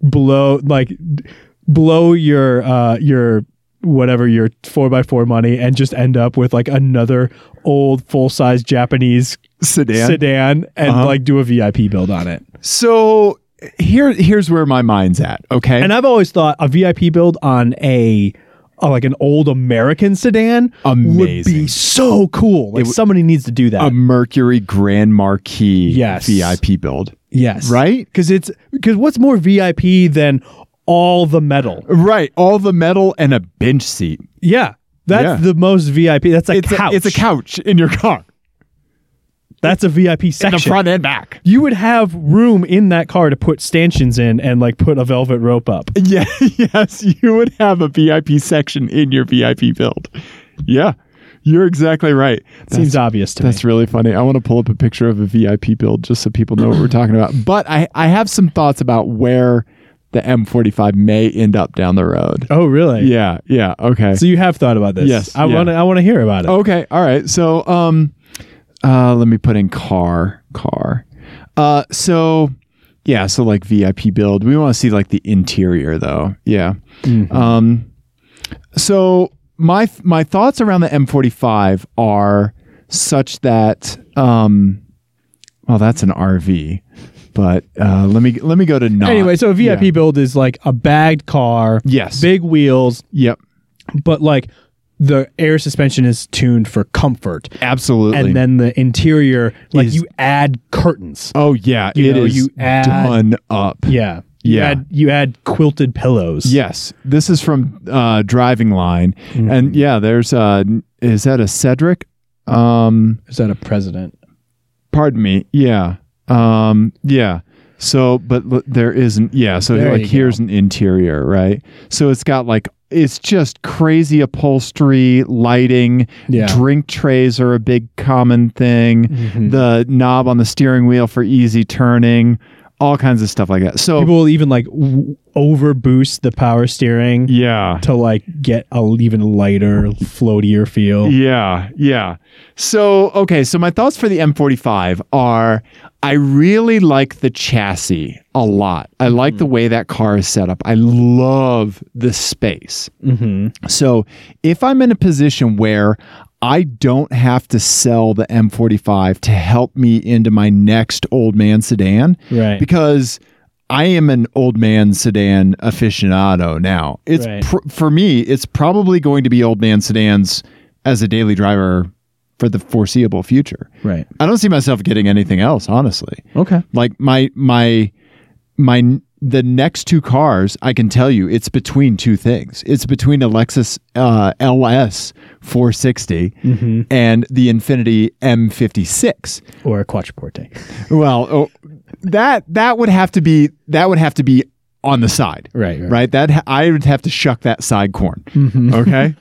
blow like d- blow your uh your whatever your 4x4 money and just end up with like another old full-size Japanese
sedan.
sedan and
Uh-huh.
like do a VIP build on it.
So here here's where my mind's at, okay?
And I've always thought a VIP build on a, a- like an old American sedan would
Amazing.
be so cool. Like
would-
somebody needs to do that.
a Mercury Grand Marquis
Yes.
VIP build.
yes.
right?
Cuz it's cuz what's more VIP than all the metal?
Right, all the metal and a bench seat.
Yeah. That's
Yeah.
the most VIP. That's a
It's
couch.
a it's a couch in your car,
That's a VIP section.
the front and back. [laughs]
you would have room in that car to put stanchions in and like put a velvet rope up.
Yeah, yes, you would have a VIP section in your VIP build. Yeah, you're exactly right.
Seems obvious to me.
That's really funny. I want to pull up a picture of a VIP build just so people know what we're talking about. But I I have some thoughts about where the M45 may end up down the road.
Oh, really?
Yeah, yeah, okay.
So you have thought about this?
Yes,
I
yeah.
want to. I want to hear about it.
Okay. All right. So, um, uh, let me put in car, car. Uh, so yeah, so like VIP build. We want to see like the interior though. Yeah.
Mhm.
Um, so my my thoughts around the M45 are such that um, well, that's an RV, but uh, let me let me go to not.
Anyway, so a VIP
Yeah.
build is like a bagged car,
Yes.
big wheels,
Yep.
but like the air suspension is tuned for comfort.
Absolutely.
And then the interior, like
Is-
you add curtains.
oh yeah,
You
it
know,
is
you add-
done up.
Yeah. You
Yeah.
add, you add quilted pillows.
Yes, this is from uh, Driving Line,
Mm-hmm.
and yeah, there's uh, is that a Cedric? Um,
Is that a president?
pardon me yeah um yeah so but l- there isn't yeah so
There
like
you go.
here's an interior right so it's got like it's just crazy upholstery lighting
Yeah.
drink trays are a big common thing
Mm-hmm.
the knob on the steering wheel for easy turning all kinds of stuff like that so
People will even like w- over boost the power steering
yeah
to like get a l- even lighter, floatier feel.
Yeah, yeah. So, okay, so my thoughts for the M45 are I really like the chassis a lot. I like the way that car is set up. I love the space.
Mm-hmm.
So, if I'm in a position where I don't have to sell the M45 to help me into my next old man sedan,
Right.
because I am an old man sedan aficionado now. It's
Right.
pr- for me. It's probably going to be old man sedans as a daily driver for the foreseeable future.
right.
I don't see myself getting anything else, honestly.
Okay.
Like my my my the next two cars, I can tell you, it's between two things. It's between a Lexus uh, LS 460
Mm-hmm.
and the Infinity M56.
Or a quattroporte.
Well, oh, that that would have to be that would have to be on the side,
Right. Mm-hmm. Right.
right? That ha- I would have to shuck that side corn.
[laughs]
Okay,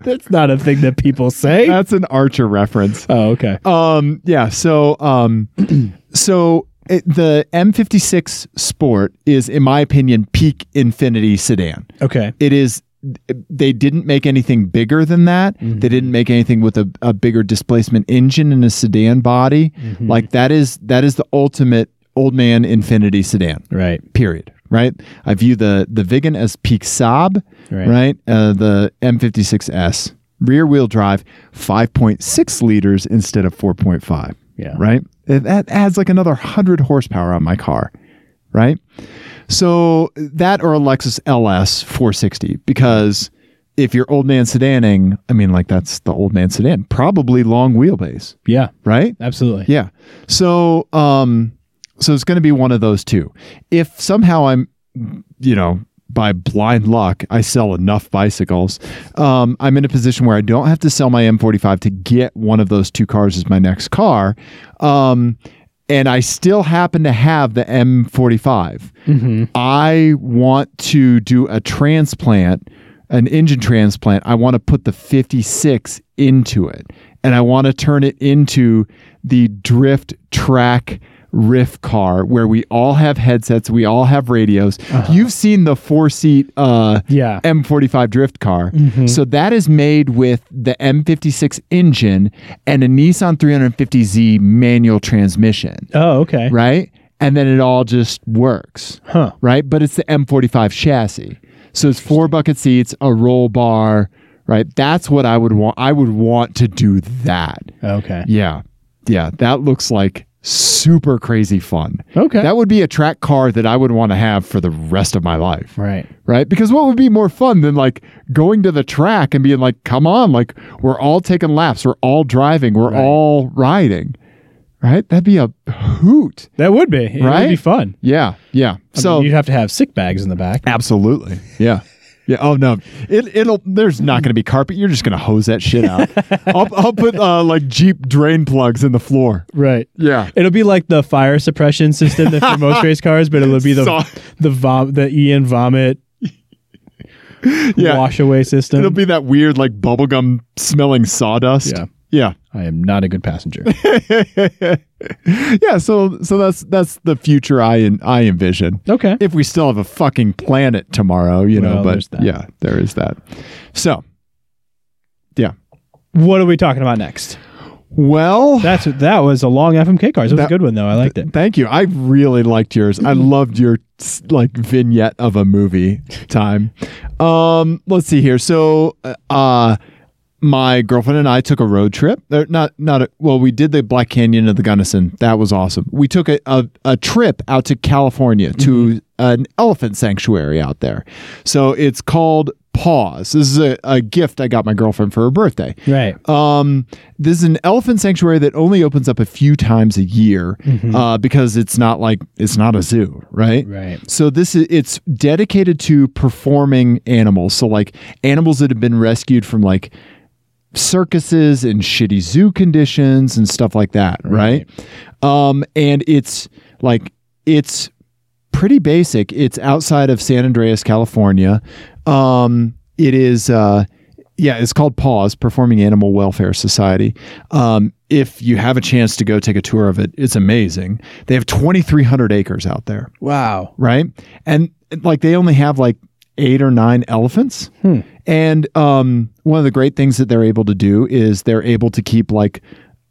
That's not a thing that people say.
that's an Archer reference.
oh, okay.
Um, yeah. So, um, [clears throat] so it, the M56 Sport is, in my opinion, peak Infinity sedan.
Okay.
It is. They didn't make anything bigger than that. They didn't make anything with a, a bigger displacement engine and a sedan body. Like that is that is the ultimate old man Infinity sedan.
Right.
period right i view the the vigan as peak saab
Right.
right, Uh, the m56s rear wheel drive 5.6 liters instead of 4.5
Yeah.
right And that adds like another 100 horsepower on my car right so that or a lexus ls 460 because if you're old man sedaning i mean like that's the old man sedan probably long wheelbase
Yeah.
right
Absolutely.
yeah. So um so it's going to be one of those two. If somehow I'm you know by blind luck I sell enough bicycles, um I'm in a position where I don't have to sell my M45 to get one of those two cars as my next car. Um and I still happen to have the M45. I want to do a transplant, an engine transplant. I want to put the 56 into it and I want to turn it into the drift track riff car where we all have headsets, we all have radios. You've seen the four seat uh,
Yeah.
M45 drift car. So that is made with the M56 engine and a Nissan 350Z manual transmission,
Oh, okay.
right? And then it all just works
Huh.
right? But it's the M45 chassis. So it's four bucket seats, a roll bar, right? That's what I would want. I would want to do that.
Oh, Okay.
Yeah. Yeah. That looks like super crazy fun.
Okay.
That would be a track car that I would want to have for the rest of my life,
right.
right? Because what would be more fun than like going to the track and being like, come on, like we're all taking laps, we're all driving, we're
Right.
all riding, right? That'd be a hoot.
That would be. It would
Right?
be fun.
Yeah. Yeah.
I
So
mean, you'd have to have sick bags in the back.
Absolutely. Yeah. Yeah. Oh no. It it'll. There's not going to be carpet. You're just going to hose that shit
[laughs]
out. I'll I'll put uh, like Jeep drain plugs in the floor.
Right.
Yeah.
It'll be like the fire suppression system that for [laughs] most race cars, but it'll be the
So-
the vom the Ian [laughs] vomit
Yeah.
wash away system.
It'll be that weird like bubblegum smelling sawdust.
Yeah.
Yeah.
I am not a good passenger.
[laughs] Yeah. So so that's that's the future I en- I envision.
[laughs] okay.
If we still have a fucking planet tomorrow, you know.
Well,
But
there's that.
yeah, there is that. So. Yeah.
What are we talking about next?
Well,
That's that was a long FMK cars. It was
That-
a good one though. I liked it.
thank you. I really liked yours. I loved your s- like vignette of a movie time. Um, let's see here. So, uh, my girlfriend and I took a road trip. Uh, Not not a, well. We did the Black Canyon of the Gunnison. That was awesome. We took a a, a trip out to California to an elephant sanctuary out there. So it's called. Pause. This is a, a gift I got my girlfriend for her birthday.
Right.
Um, this is an elephant sanctuary that only opens up a few times a year uh, because it's not like it's not a zoo, right?
Right.
So this is it's dedicated to performing animals. So like animals that have been rescued from like circuses and shitty zoo conditions and stuff like that, right? Um, and it's like it's pretty basic. It's outside of San Andreas, California. Um, it is, uh, yeah, it's called Pause Performing Animal Welfare Society. Um, if you have a chance to go take a tour of it, it's amazing. They have 2,300 acres out there,
Wow.
right? And like they only have like eight or nine elephants. And um, one of the great things that they're able to do is they're able to keep like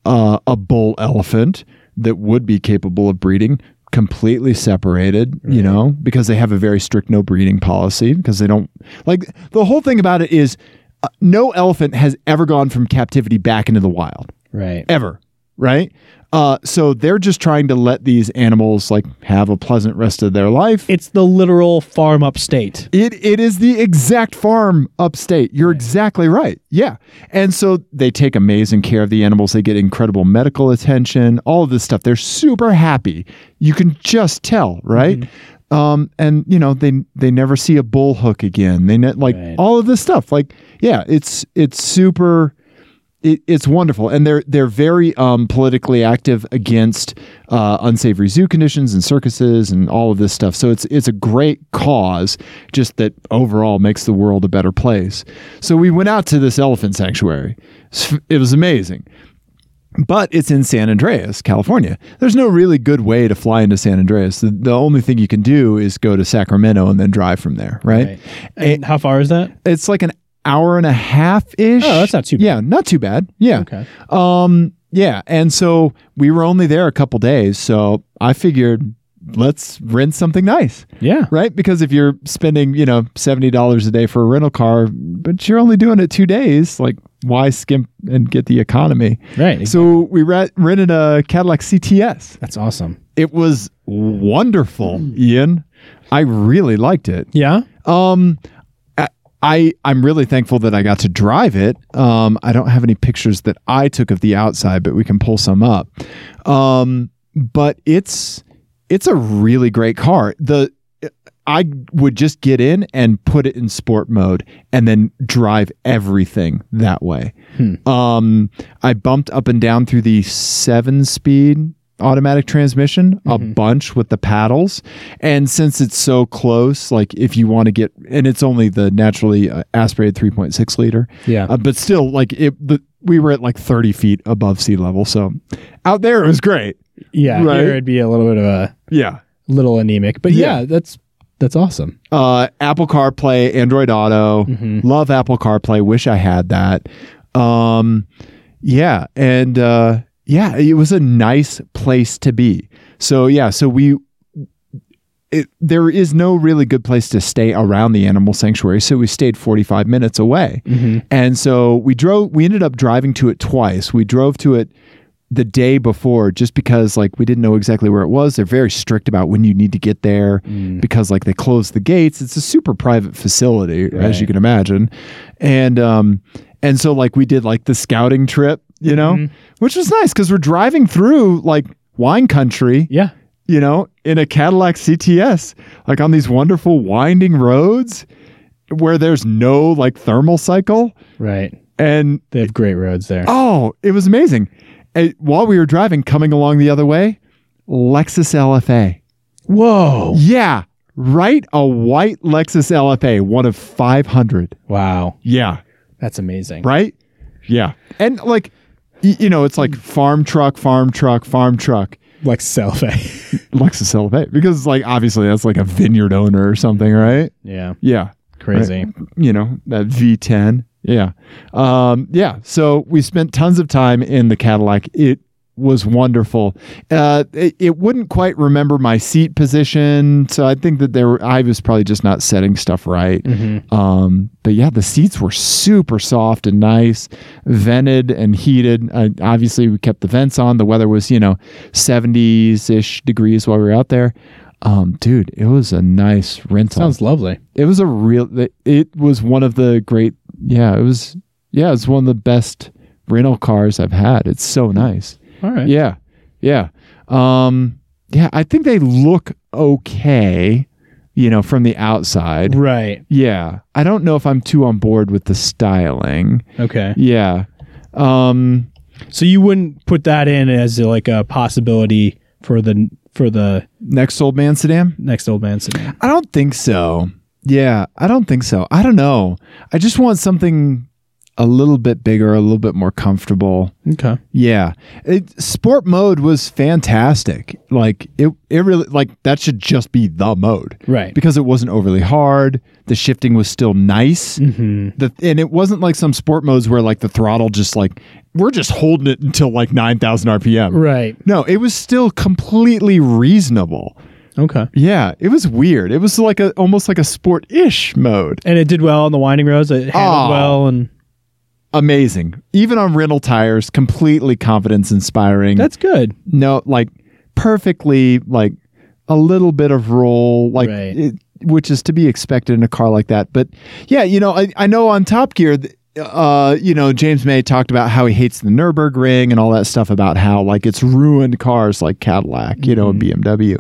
uh, a bull elephant that would be capable of breeding completely separated, you know, because they have a very strict no breeding policy because they don't like the whole thing about it is uh, no elephant has ever gone from captivity back into the wild
Right.
ever, right? Uh, so they're just trying to let these animals like have a pleasant rest of their life.
It's the literal farm upstate.
It it is the exact farm upstate. You're exactly right. Yeah. And so they take amazing care of the animals. They get incredible medical attention, all of this stuff. They're super happy. You can just tell, right? Um, and you know, they they never see a bull hook again. They ne- like
Right.
all of this stuff. Like, yeah, it's it's super it, it's wonderful, and they're they're very um, politically active against uh, unsavory zoo conditions and circuses and all of this stuff. So it's it's a great cause, just that overall makes the world a better place. So we went out to this elephant sanctuary. S- It was amazing, but it's in San Andreas, California. There's no really good way to fly into San Andreas. The, the only thing you can do is go to Sacramento and then drive from there, right?
Right. And how far is that?
It's like an hour and a half ish.
Oh, that's not too bad.
Yeah, not too bad. Yeah.
Okay.
Um, yeah, and so we were only there a couple days, so I figured let's rent something nice,
Yeah.
right? Because if you're spending, you know, seventy dollars a day for a rental car, but you're only doing it two days, like why skimp and get the economy?
Right.
So we re- rented a Cadillac CTS.
That's awesome.
It was wonderful,
Mm.
Ian. I really liked it.
Yeah.
Um, I- I I'm really thankful that I got to drive it. Um, I don't have any pictures that I took of the outside, but we can pull some up. Um, but it's it's a really great car. The I would just get in and put it in sport mode and then drive everything that way. Um, I bumped up and down through the seven speed automatic transmission a bunch with the paddles. And since it's so close, like if you want to get, and it's only the naturally uh, aspirated 3.6 liter,
Yeah.
uh, but still, like it, the, we were at like 30 feet above sea level. So out there, it was great.
yeah.
right.
Here it'd be a little bit of a
Yeah.
little anemic, but yeah, that's that's awesome.
uh, Apple CarPlay, Android Auto. Love Apple CarPlay. Wish I had that. Um, yeah, and uh, yeah, it was a nice place to be. So yeah, so we. It, there is no really good place to stay around the animal sanctuary, so we stayed 45 minutes away. And so we drove. We ended up driving to it twice. We drove to it the day before just because like we didn't know exactly where it was they're very strict about when you need to get there because like they close the gates it's a super private facility as you can imagine and um and so like we did like the scouting trip you know which was nice because we're driving through like wine country
Yeah.
you know in a cadillac cts like on these wonderful winding roads where there's no like thermal cycle
Right.
and
They have great roads there.
Oh, it was amazing. And while we were driving, coming along the other way, Lexus LFA.
Whoa.
Yeah, right? A white Lexus LFA, one of 500.
Wow.
Yeah,
That's amazing.
right? Yeah. And like, y- you know, it's like farm truck, farm truck, farm truck,
Like [laughs] eh. selfie.
Lexus LFA, because like obviously that's like a vineyard owner or something, right?
yeah.
Yeah.
Crazy.
You know, that V10. Yeah. Um, yeah. So we spent tons of time in the Cadillac. It was wonderful. Uh, it, it wouldn't quite remember my seat position. So I think that there were, I was probably just not setting stuff right.
Mm-hmm.
Um, but yeah, the seats were super soft and nice, vented and heated. Uh, obviously, we kept the vents on. The weather was, you know, 70s ish degrees while we were out there. Um, dude, it was a nice rental
Sounds lovely.
it was a real it was one of the great yeah it was yeah it's one of the best rental cars i've had it's so nice
All right.
yeah yeah um yeah i think they look okay you know from the outside
Right.
yeah i don't know if i'm too on board with the styling
Okay.
yeah um
So you wouldn't put that in as like a possibility for the for the
next old man sedan
next old man sedan.
i don't think so yeah i don't think so i don't know i just want something a little bit bigger a little bit more comfortable
Okay.
Yeah, it, sport mode was fantastic. Like it, it really like that should just be the mode,
Right.
Because it wasn't overly hard. The shifting was still nice.
Mm-hmm.
The, and it wasn't like some sport modes where like the throttle just like we're just holding it until like nine thousand RPM.
Right.
No, it was still completely reasonable.
Okay.
Yeah, it was weird. It was like a almost like a sport ish mode.
And it did well on the winding roads. It handled
Aw.
well, and
Amazing. Even on rental tires, completely confidence inspiring.
that's good.
no like perfectly like a little bit of roll like
Right.
it, which is to be expected in a car like that but yeah you know i, I know on top gear th- uh, you know, James May talked about how he hates the Nurburgring and all that stuff about how like it's ruined cars like Cadillac, you
Mm-hmm.
know, and BMW.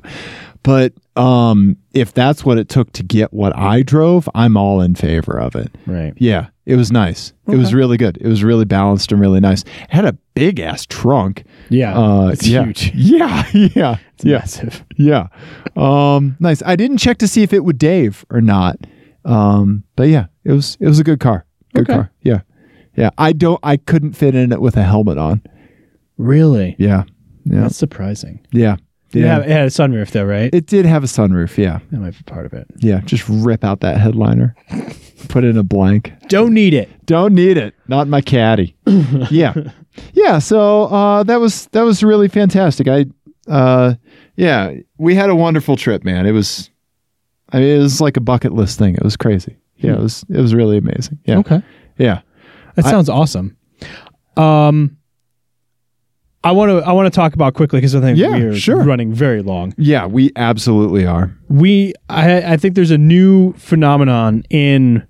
But um, if that's what it took to get what I drove, I'm all in favor of it.
Right.
Yeah, it was nice. It was really good. It was really balanced and really nice. It had a big ass trunk.
Yeah.
Uh,
it's
yeah.
huge.
[laughs] Yeah, yeah,
It's
yeah,
massive.
yeah. Um, nice. I didn't check to see if it would Dave or not. Um, but yeah, it was it was a good car. Good
Okay.
car. Yeah, yeah. I don't. I couldn't fit in it with a helmet on.
Really?
Yeah, yeah,
That's surprising.
yeah,
Yeah. It had a sunroof though, right?
It did have a sunroof. Yeah,
that might be part of it.
yeah. Just rip out that
[laughs]
headliner. Put in a blank.
Don't need it.
Don't need it. Not in my
[laughs]
caddy. yeah. Yeah. So uh, that was that was really fantastic. I uh, yeah, we had a wonderful trip, man. It was I mean it was like a bucket list thing. It was crazy. Yeah, it was it was really amazing. Yeah.
Hmm. Okay.
Yeah.
That sounds awesome. Um, I want to I want to talk about quickly because I think
Yeah,
we're
sure.
running very long.
Yeah, we absolutely are.
We I I think there's a new phenomenon in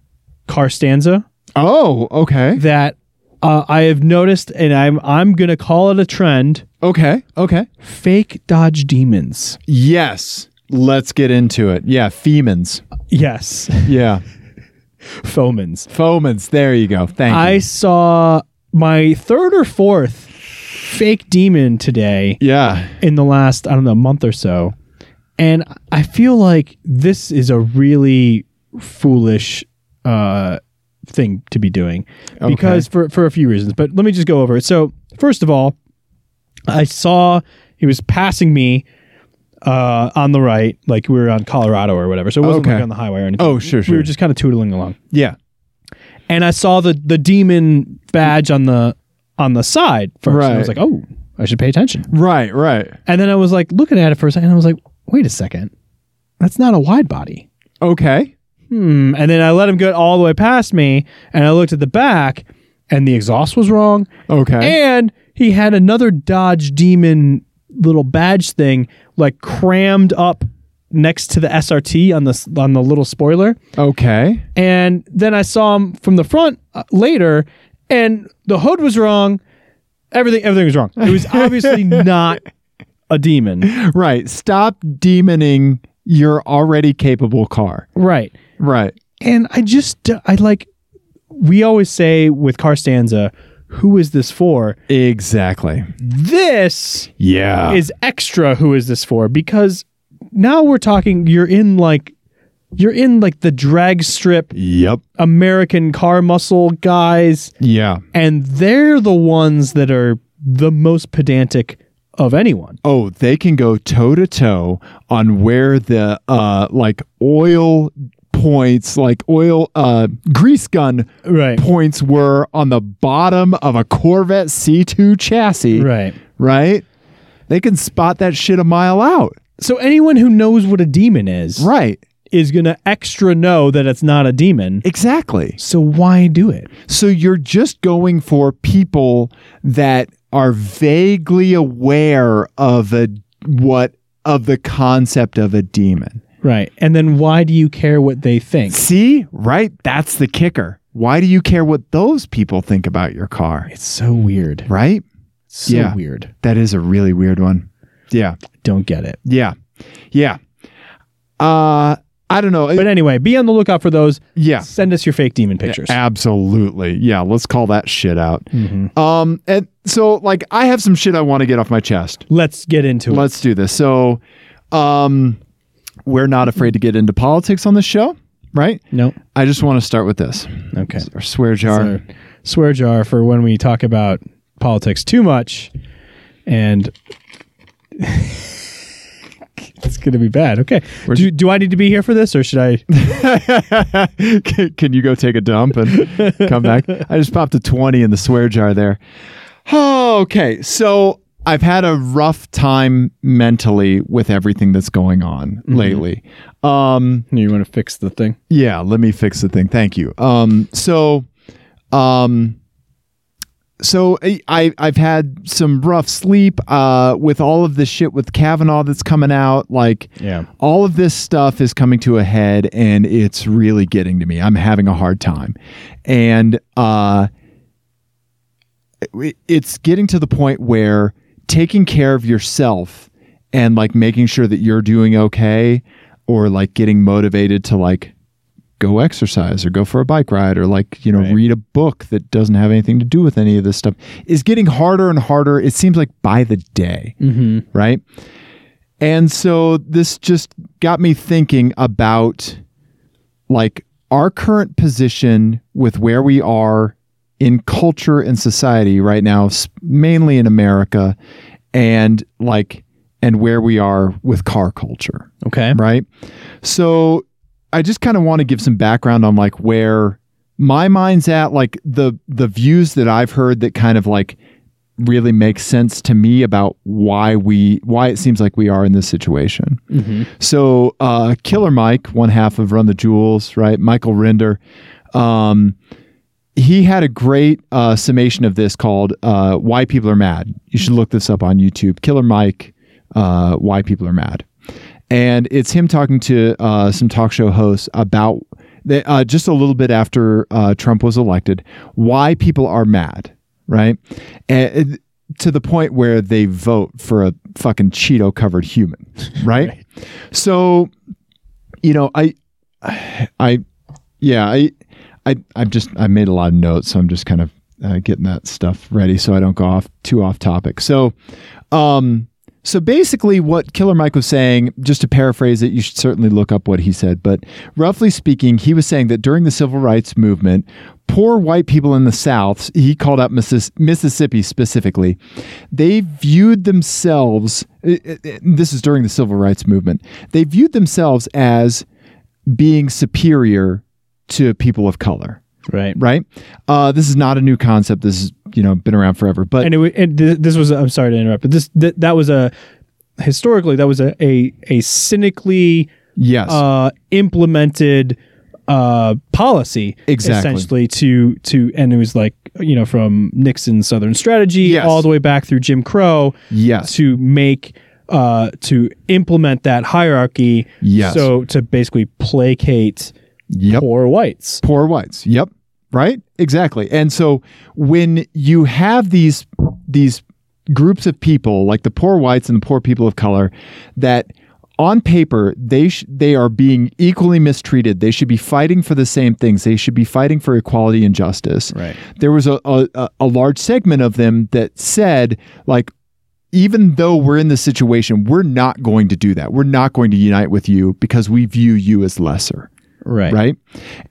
Car Stanza
Oh, okay.
that uh, I have noticed, and I'm I'm gonna call it a trend:
Okay. Okay.
fake Dodge Demons.
Yes. Let's get into it. Yeah, Femans.
Yes, [laughs]
Yeah.
Foamans.
Foamans. There you go. Thank
I
you.
saw my third or fourth fake demon today
Yeah.
in the last, I don't know, month or so. And I feel like this is a really foolish uh, thing to be doing because for, for a few reasons. But let me just go over it. So, first of all, I saw he was passing me uh, on the right, like we were on Colorado or whatever. So it wasn't
Okay.
like on the highway or anything.
Oh, sure,
We
sure.
were just kind of tootling along
yeah.
and I saw the the demon badge on the on the side first. And I was
Right.
like, oh, I should pay attention.
Right, right.
And then I was like looking at it for a second. I was like, wait a second, that's not a wide body.
Okay.
Hmm. And then I let him get all the way past me, and I looked at the back, and the exhaust was wrong,
Okay.
and he had another Dodge Demon little badge thing like crammed up next to the SRT on the s- on the little spoiler.
okay.
And then I saw him from the front uh, later, and the hood was wrong. Everything, everything was wrong. It was obviously not a demon,
Right. Stop demoning your already capable car.
right?
Right.
And I just, I like, we always say with Carstanza, "Who is this for?"
Exactly.
This
Yeah.
is extra. Who is this for? Because now we're talking. You're in like, you're in like the drag strip
yep.
American car muscle guys.
Yeah.
and they're the ones that are the most pedantic of anyone.
Oh, they can go toe to toe on where the uh like oil points, like oil, uh, grease gun
Right.
points were on the bottom of a Corvette C2 chassis.
Right.
Right? They can spot that shit a mile out.
So anyone who knows what a demon is
Right.
is going to extra know that it's not a demon.
Exactly.
So why do it?
So you're just going for people that are vaguely aware of a what of the concept of a demon.
Right. And then why do you care what they think?
See? Right? That's the kicker. Why do you care what those people think about your car?
It's so weird.
Right?
So
Yeah.
weird.
That is a really weird one. Yeah.
Don't get it.
Yeah. Yeah. Uh I don't know.
But anyway, be on the lookout for those.
yeah.
Send us your fake demon pictures.
Absolutely. Yeah, let's call that shit out.
Mhm.
Um and so like I have some shit I want to get off my chest.
Let's get into it.
Let's do this. So um we're not afraid to get into politics on this show, right?
No.
I just want to start with this.
Okay.
Our swear jar.
Our swear jar for when we talk about politics too much and [laughs] it's going to be bad. Okay. Do, do I need to be here for this or should I?
[laughs] can, can you go take a dump and come back? I just popped a 20 in the swear jar there. Oh, okay. So I've had a rough time mentally with everything that's going on lately. Um,
you want to fix the thing?
yeah, let me fix the thing. Thank you. Um, so, um, so I- I I've had some rough sleep. Uh, with all of this shit with Kavanaugh that's coming out, like
Yeah.
all of this stuff is coming to a head, and it's really getting to me. I'm having a hard time, and uh, it- it's getting to the point where taking care of yourself and like making sure that you're doing okay, or like getting motivated to like go exercise or go for a bike ride or like you know
Right.
read a book that doesn't have anything to do with any of this stuff is getting harder and harder it seems like by the day
Mm-hmm.
right and so this just got me thinking about like our current position with where we are in culture and society right now s- mainly in America and like and where we are with car culture
Okay.
right so i just kind of want to give some background on like where my mind's at like the the views that i've heard that kind of like really make sense to me about why we why it seems like we are in this situation
Mm-hmm.
so uh killer mike one half of run the jewels right michael render um he had a great uh, summation of this called uh, "Why People Are Mad." You should look this up on YouTube. Killer Mike, uh, "Why People Are Mad." and it's him talking to uh, some talk show hosts about the, uh, just a little bit after uh, Trump was elected why people are mad, right? And, it- to the point where they vote for a fucking Cheeto covered human, right? So, you know, I, I, yeah, I, I, I've just I made a lot of notes, so I'm just kind of uh, getting that stuff ready so I don't go off too off topic. So, um, so basically, what Killer Mike was saying, just to paraphrase it, you should certainly look up what he said, but roughly speaking, he was saying that during the civil rights movement, poor white people in the South, he called out Missis- Mississippi specifically, they viewed themselves, i- i- i- this is during the civil rights movement, they viewed themselves as being superior to people of color,
Right.
right? Uh, this is not a new concept. This is, you know, been around forever, but
And, it, wa- and th- this was, I'm sorry to interrupt, but this, th- that was a, historically, that was a, a, a cynically
yes.
uh, implemented uh, policy
Exactly.
essentially to to and it was like you know from Nixon's Southern strategy
Yes.
all the way back through Jim Crow
yes.
to make uh, to implement that hierarchy
Yes.
so to basically placate
Yep.
poor whites
poor whites yep right exactly and so when you have these these groups of people like the poor whites and the poor people of color that on paper they sh- they are being equally mistreated they should be fighting for the same things they should be fighting for equality and justice
right
there was a, a, a- a large segment of them that said like even though we're in this situation we're not going to do that we're not going to unite with you because we view you as lesser
right
right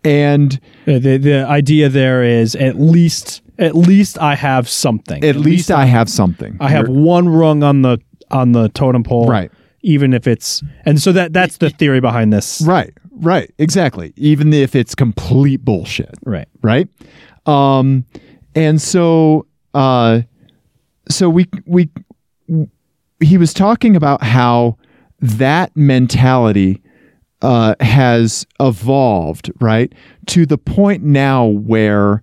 and
Uh, the the idea there is at least at least I have something
at least I have something.
I have one rung on the on the totem pole
Right.
even if it's and so that that's the theory behind this.
Right, right, exactly. Even if it's complete bullshit,
Right.
right? Um, and so, uh, so we we he was talking about how that mentality uh, has evolved, right, to the point now where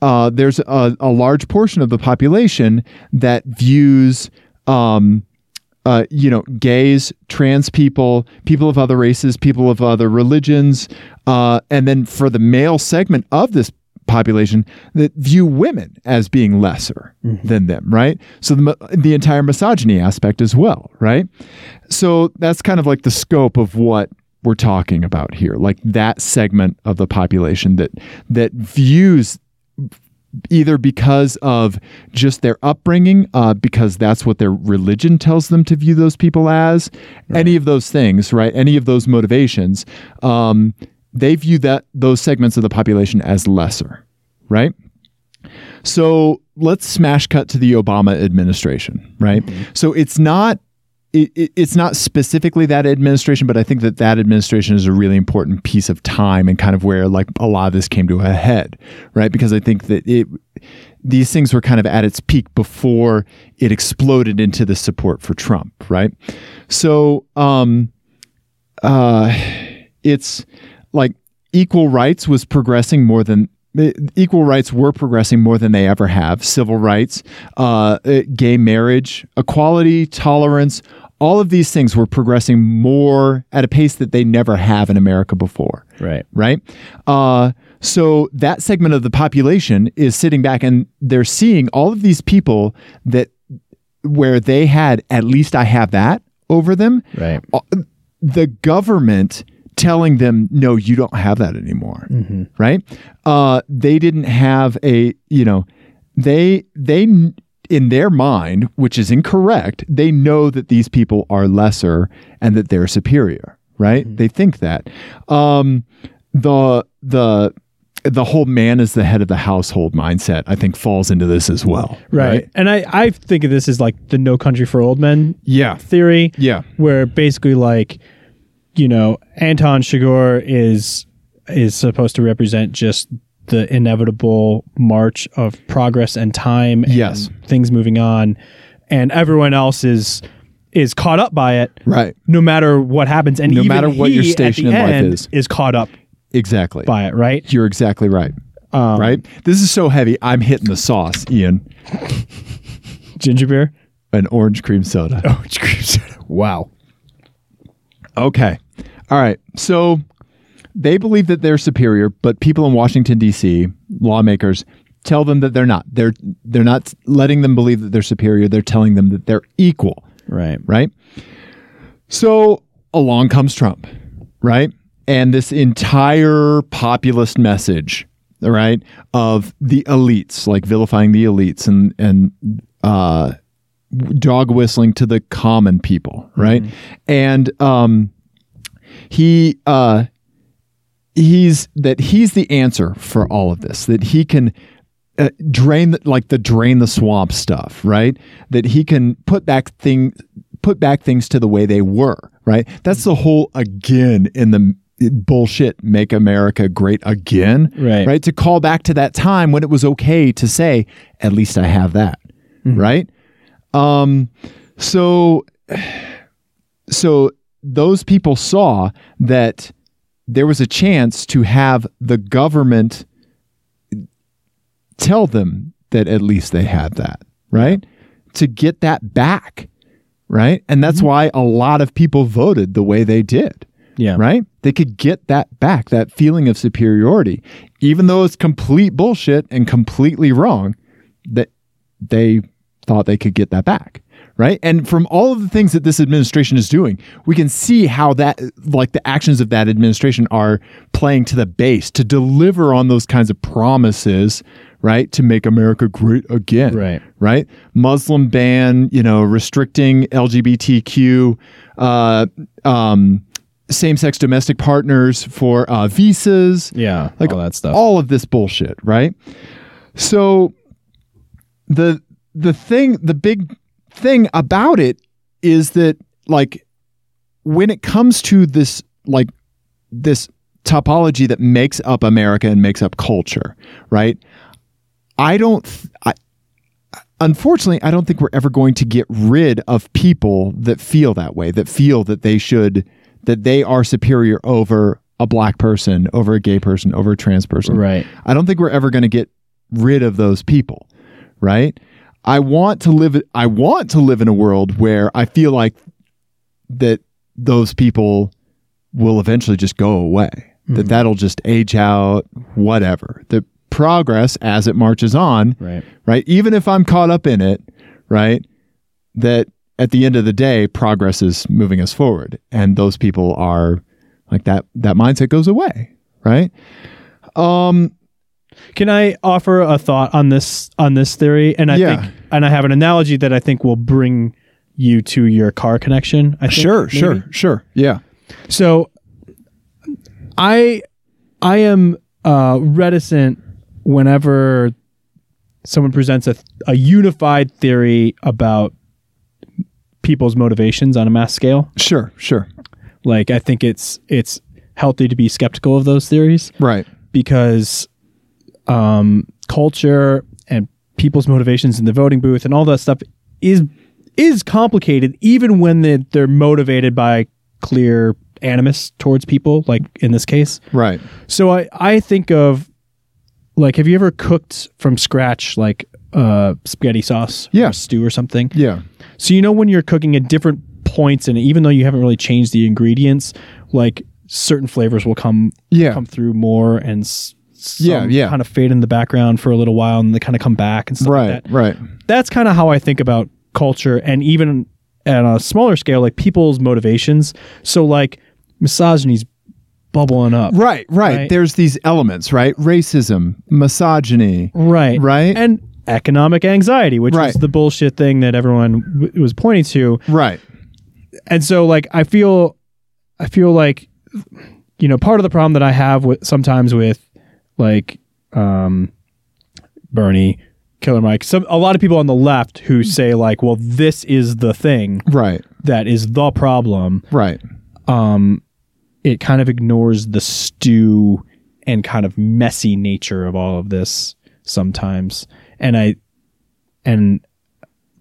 uh, there's a, a large portion of the population that views. Um, uh, you know, gays, trans people, people of other races, people of other religions, uh, and then for the male segment of this population that view women as being lesser than them, right? So the, mi- the entire misogyny aspect as well, right? So that's kind of like the scope of what we're talking about here, like that segment of the population that that views either because of just their upbringing, uh, because that's what their religion tells them to view those people as, any of those things, right? Any of those motivations, um, they view that those segments of the population as lesser, right? So let's smash cut to the Obama administration, right? So it's not. It, it- it's not specifically that administration, but I think that that administration is a really important piece of time and kind of where like a lot of this came to a head, right? Because I think that it these things were kind of at its peak before it exploded into the support for Trump, right? So um, uh, it's like equal rights was progressing more than eh, equal rights were progressing more than they ever have. Civil rights, uh, eh, gay marriage, equality, tolerance. All of these things were progressing more at a pace that they never have in America before
Right.
right? Uh, so that segment of the population is sitting back and they're seeing all of these people that where they had at least I have that over them.
Right.
Uh, The government telling them no, you don't have that anymore,
Mm-hmm.
right? Uh, they didn't have a you know they they kn- in their mind, which is incorrect, they know that these people are lesser and that they're superior, right?
Mm-hmm.
They think that. Um, the the the whole man is the head of the household mindset i think falls into this as well
Right. And I I think of this as like the No Country for Old Men
yeah
theory.
yeah
where basically like you know Anton Chigurh is is supposed to represent just the inevitable march of progress and time and
Yes.
things moving on and everyone else is is caught up by it
right
no matter what happens and
No
even
matter what
he,
your
at the
station in life
end,
is.
is caught up
exactly
by it right
you're exactly right
um,
right this is so heavy i'm hitting the sauce ian
ginger beer
an orange cream soda
Oh.
orange cream soda wow okay all right so they believe that they're superior but people in washington d.c lawmakers tell them that they're not they're they're not letting them believe that they're superior they're telling them that they're equal
right
right? So along comes Trump, right? And this entire populist message, right, of the elites, like vilifying the elites and and uh, dog whistling to the common people, right? And um, he uh, he's that he's the answer for all of this. That he can uh, drain the, like the drain the swamp stuff, right? That he can put back thing put back things to the way they were, right? That's the whole again in the bullshit make America great again,
Right.
Right? To call back to that time when it was okay to say, at least I have that, right? Um, so so those people saw that there was a chance to have the government tell them that at least they had that, right? To get that back, right? And that's why a lot of people voted the way they did,
yeah
right? They could get that back, that feeling of superiority, even though it's complete bullshit and completely wrong, that they thought they could get that back. Right. And from all of the things that this administration is doing, we can see how that, like the actions of that administration are playing to the base to deliver on those kinds of promises, right? To make America great again
Right.
right? Muslim ban, you know, restricting LGBTQ, uh, um, same-sex domestic partners for uh, visas,
yeah
like
all that stuff
all of this bullshit, right? So the the thing, the big thing about it is that like when it comes to this like this topology that makes up America and makes up culture, right? I don't th- I unfortunately, I don't think we're ever going to get rid of people that feel that way, that feel that they should, that they are superior over a black person, over a gay person, over a trans person.
Right.
I don't think we're ever going to get rid of those people, right? I want to live. I want to live in a world where I feel like that those people will eventually just go away. That that'll just age out, whatever. The progress as it marches on
Right.
right? Even if I'm caught up in it, right? That at the end of the day, progress is moving us forward, and those people are like that. That mindset goes away, right? Um,
Can I offer a thought on this on this theory? And I
Yeah.
think and I have an analogy that I think will bring you to your car connection. I think, maybe.
sure, yeah,
So I I am uh, reticent whenever someone presents a, a unified theory about people's motivations on a mass scale.
sure, sure,
Like I think it's it's healthy to be skeptical of those theories
right,
because um, culture and people's motivations in the voting booth and all that stuff is is complicated even when they, they're motivated by clear animus towards people like in this case
right,
so i i think of like have you ever cooked from scratch like uh spaghetti sauce
Yeah.
or stew or something
yeah,
so you know when you're cooking at different points and even though you haven't really changed the ingredients, like certain flavors will come
Yeah.
come through more and s- some
Yeah, yeah.
kind of fade in the background for a little while and they kind of come back and stuff like
right,
that.
right,
That's kind of how I think about culture and even at a smaller scale like people's motivations. So like misogyny's bubbling up.
right, right.
Right.
There's these elements, right? Racism, misogyny,
Right.
Right?
And economic anxiety, which
Right.
is the bullshit thing that everyone w- was pointing to.
right,
and so like i feel i feel like you know part of the problem that i have with sometimes with like um bernie killer mike some a lot of people on the left who say like well this is the thing
right,
that is the problem
right,
um, it kind of ignores the stew and kind of messy nature of all of this sometimes and i and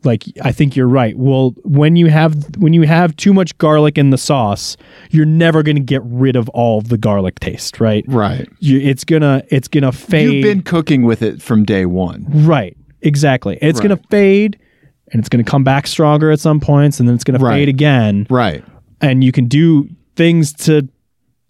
like i think you're right well when you have when you have too much garlic in the sauce you're never going to get rid of all of the garlic taste right
right.
you, it's gonna it's gonna fade
You've been cooking with it from day one.
right exactly it's
Right.
gonna fade and it's gonna come back stronger at some points and then it's gonna
Right.
fade again
Right.
and you can do things to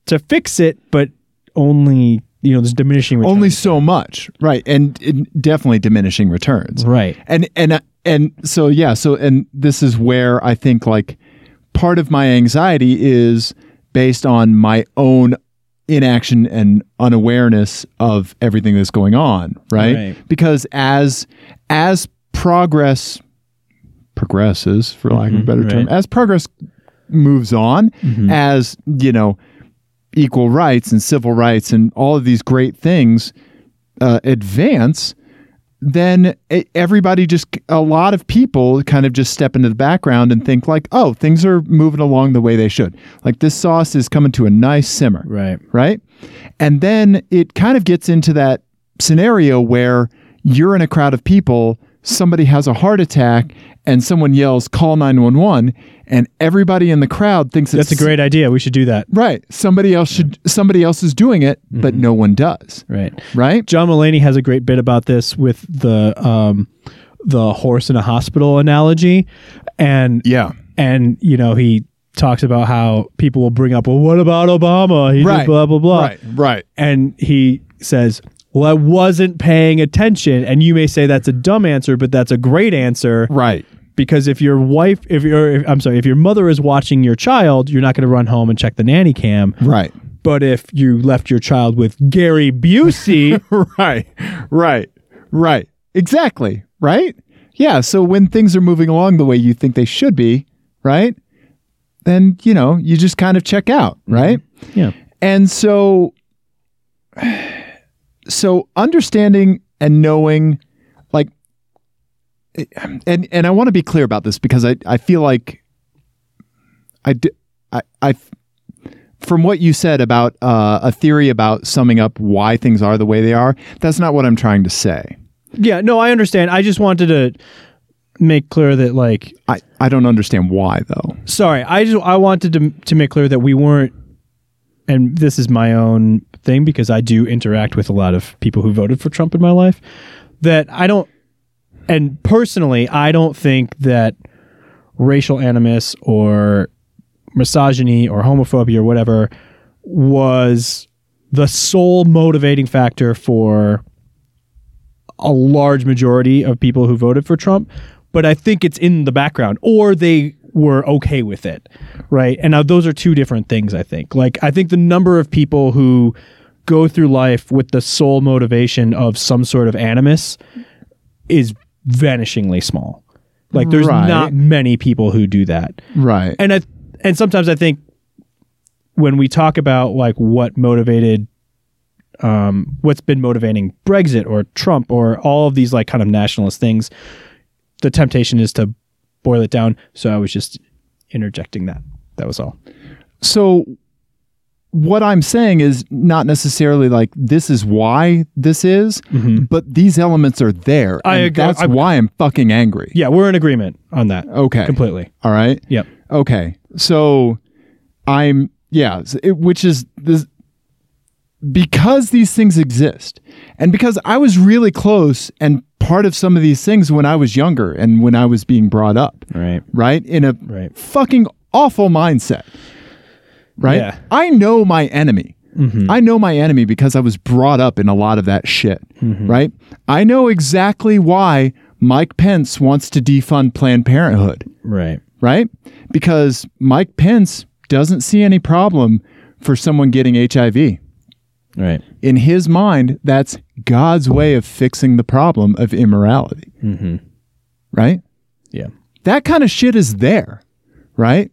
to fix it, but only you know there's diminishing returns.
Only so much. Right. And it- definitely diminishing returns.
right,
and and and so yeah so and this is where i think like part of my anxiety is based on my own inaction and unawareness of everything that's going on right,
Right.
because as as progress progresses for lack of a better term
right.
as progress moves on as you know equal rights and civil rights and all of these great things uh, advance, then e- everybody just a lot of people kind of just step into the background and think like, oh, things are moving along the way they should. Like this sauce is coming to a nice simmer,
right,
right? And then it kind of gets into that scenario where you're in a crowd of people, somebody has a heart attack, and someone yells, "Call 911," and everybody in the crowd thinks
that's a
it's
great idea. We should do that.
Right. Somebody else should. Somebody else is doing it,
Mm-hmm.
but no one does.
Right.
Right.
John Mulaney has a great bit about this with the um, the horse in a hospital analogy, and
Yeah.
and you know he talks about how people will bring up, well, what about Obama? He did
Right.
blah blah blah.
Right. Right.
and he says, "Well, I wasn't paying attention." And you may say that's a dumb answer, but that's a great answer
Right.
because if your wife, if your, if, I'm sorry, if your mother is watching your child, you're not going to run home and check the nanny cam.
Right.
But if you left your child with Gary Busey,
[laughs] Right. Right. Right. Exactly. Right. Yeah. So when things are moving along the way you think they should be, right, then you know you just kind of check out. Right.
yeah,
And so so understanding and knowing like and and I want to be clear about this because I I feel like I d- I, I from what you said about uh, a theory about summing up why things are the way they are, that's not what I'm trying to say.
Yeah, no, I understand. I just wanted to make clear that like
I, I don't understand why though.
sorry, I just I wanted to to make clear that we weren't and this is my own thing because I do interact with a lot of people who voted for Trump in my life that I don't and personally, I don't think that racial animus or misogyny or homophobia or whatever was the sole motivating factor for a large majority of people who voted for Trump, but I think it's in the background or they were okay with it, right? And now those are two different things, I think. Like, I think the number of people who go through life with the sole motivation of some sort of animus is vanishingly small. Like, there's
Right.
not many people who do that
Right.
and I and sometimes I think when we talk about like what motivated um, what's been motivating Brexit or Trump or all of these like kind of nationalist things, the temptation is to boil it down. So I was just interjecting that. That was all.
so what I'm saying is not necessarily like this is why this is, but these elements are there.
Mm-hmm. I
and
agree.
That's
I-
why I'm fucking angry.
Yeah, we're in agreement on that.
Okay.
completely.
All right.
Yep.
Okay. So I'm, yeah, s- it, which is this because these things exist and because I was really close and part of some of these things when I was younger and when I was being brought up,
Right.
right? In a
Right.
fucking awful mindset, right?
Yeah. Mm-hmm.
I know my enemy. I know my enemy because I was brought up in a lot of that shit,
Mm-hmm.
right? I know exactly why Mike Pence wants to defund Planned Parenthood
Right.
right? Because Mike Pence doesn't see any problem for someone getting HIV.
Right.
In his mind, that's God's way of fixing the problem of immorality, right?
Yeah.
That kind of shit is there, right?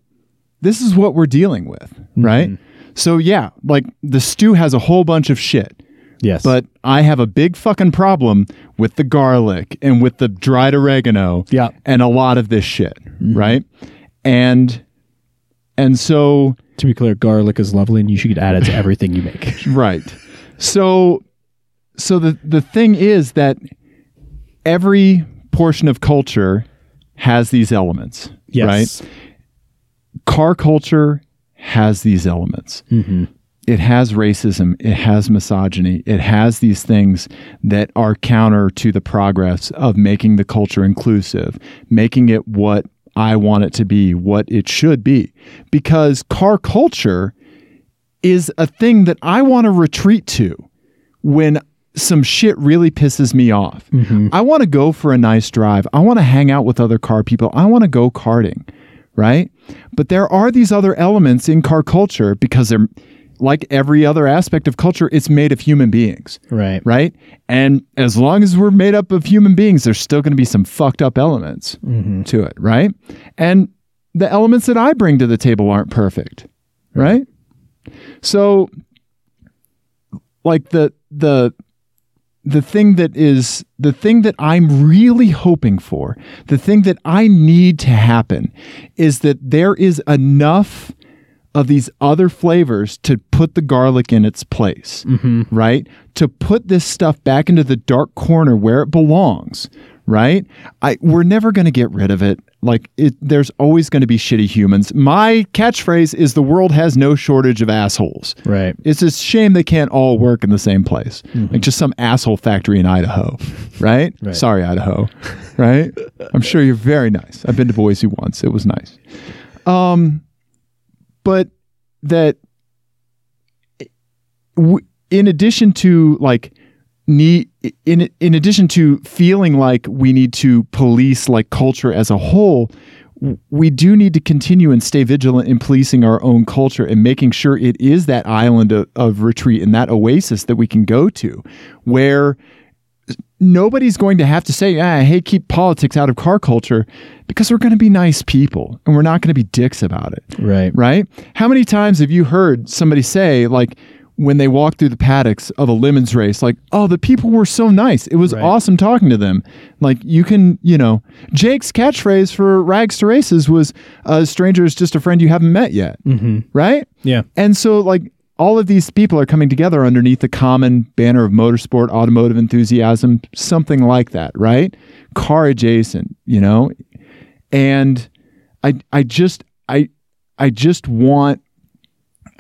This is what we're dealing with, right? So, yeah, like the stew has a whole bunch of shit
Yes.
but I have a big fucking problem with the garlic and with the dried oregano
Yeah. Mm-hmm.
and a lot of this shit, right? And and so
to be clear, garlic is lovely, and you should add it to everything you make.
right. So so the the thing is that every portion of culture has these elements,
[laughs] yes.
right? Car culture has these elements. it has racism, it has misogyny, it has these things that are counter to the progress of making the culture inclusive, making it what I want it to be, what it should be. Because car culture is a thing that I want to retreat to when some shit really pisses me off. I want to go for a nice drive. I want to hang out with other car people. I want to go karting, right? But there are these other elements in car culture because they're like every other aspect of culture, it's made of human beings,
Right.
right? And as long as we're made up of human beings, there's still going to be some fucked up elements to it, right? And the elements that I bring to the table aren't perfect, right? So like the the the thing that is the thing that I'm really hoping for, the thing that I need to happen is that there is enough of these other flavors to put the garlic in its place, right? To put this stuff back into the dark corner where it belongs, right? I we're never going to get rid of it. Like it, there's always going to be shitty humans. My catchphrase is the world has no shortage of assholes.
Right.
It's a shame they can't all work in the same place. Like just some asshole factory in Idaho, [laughs] right? Sorry, Idaho, [laughs] right? I'm sure you're very nice. I've been to Boise once. It was nice. Um, but that w- in addition to like need in in addition to feeling like we need to police like culture as a whole w- we do need to continue and stay vigilant in policing our own culture and making sure it is that island of, of retreat and that oasis that we can go to where nobody's going to have to say ah, hey keep politics out of car culture because we're going to be nice people and we're not going to be dicks about it
Right.
right? How many times have you heard somebody say, like, when they walked through the paddocks of a lemons race, like, oh, the people were so nice. It was
Right.
awesome talking to them. Like, you can, you know, Jake's catchphrase for Rags to Races was, a stranger is just a friend you haven't met yet. Mm-hmm. Right?
Yeah.
And so, like, all of these people are coming together underneath the common banner of motorsport, automotive enthusiasm, something like that, right? Car adjacent, you know? And I, I just, I, I just want,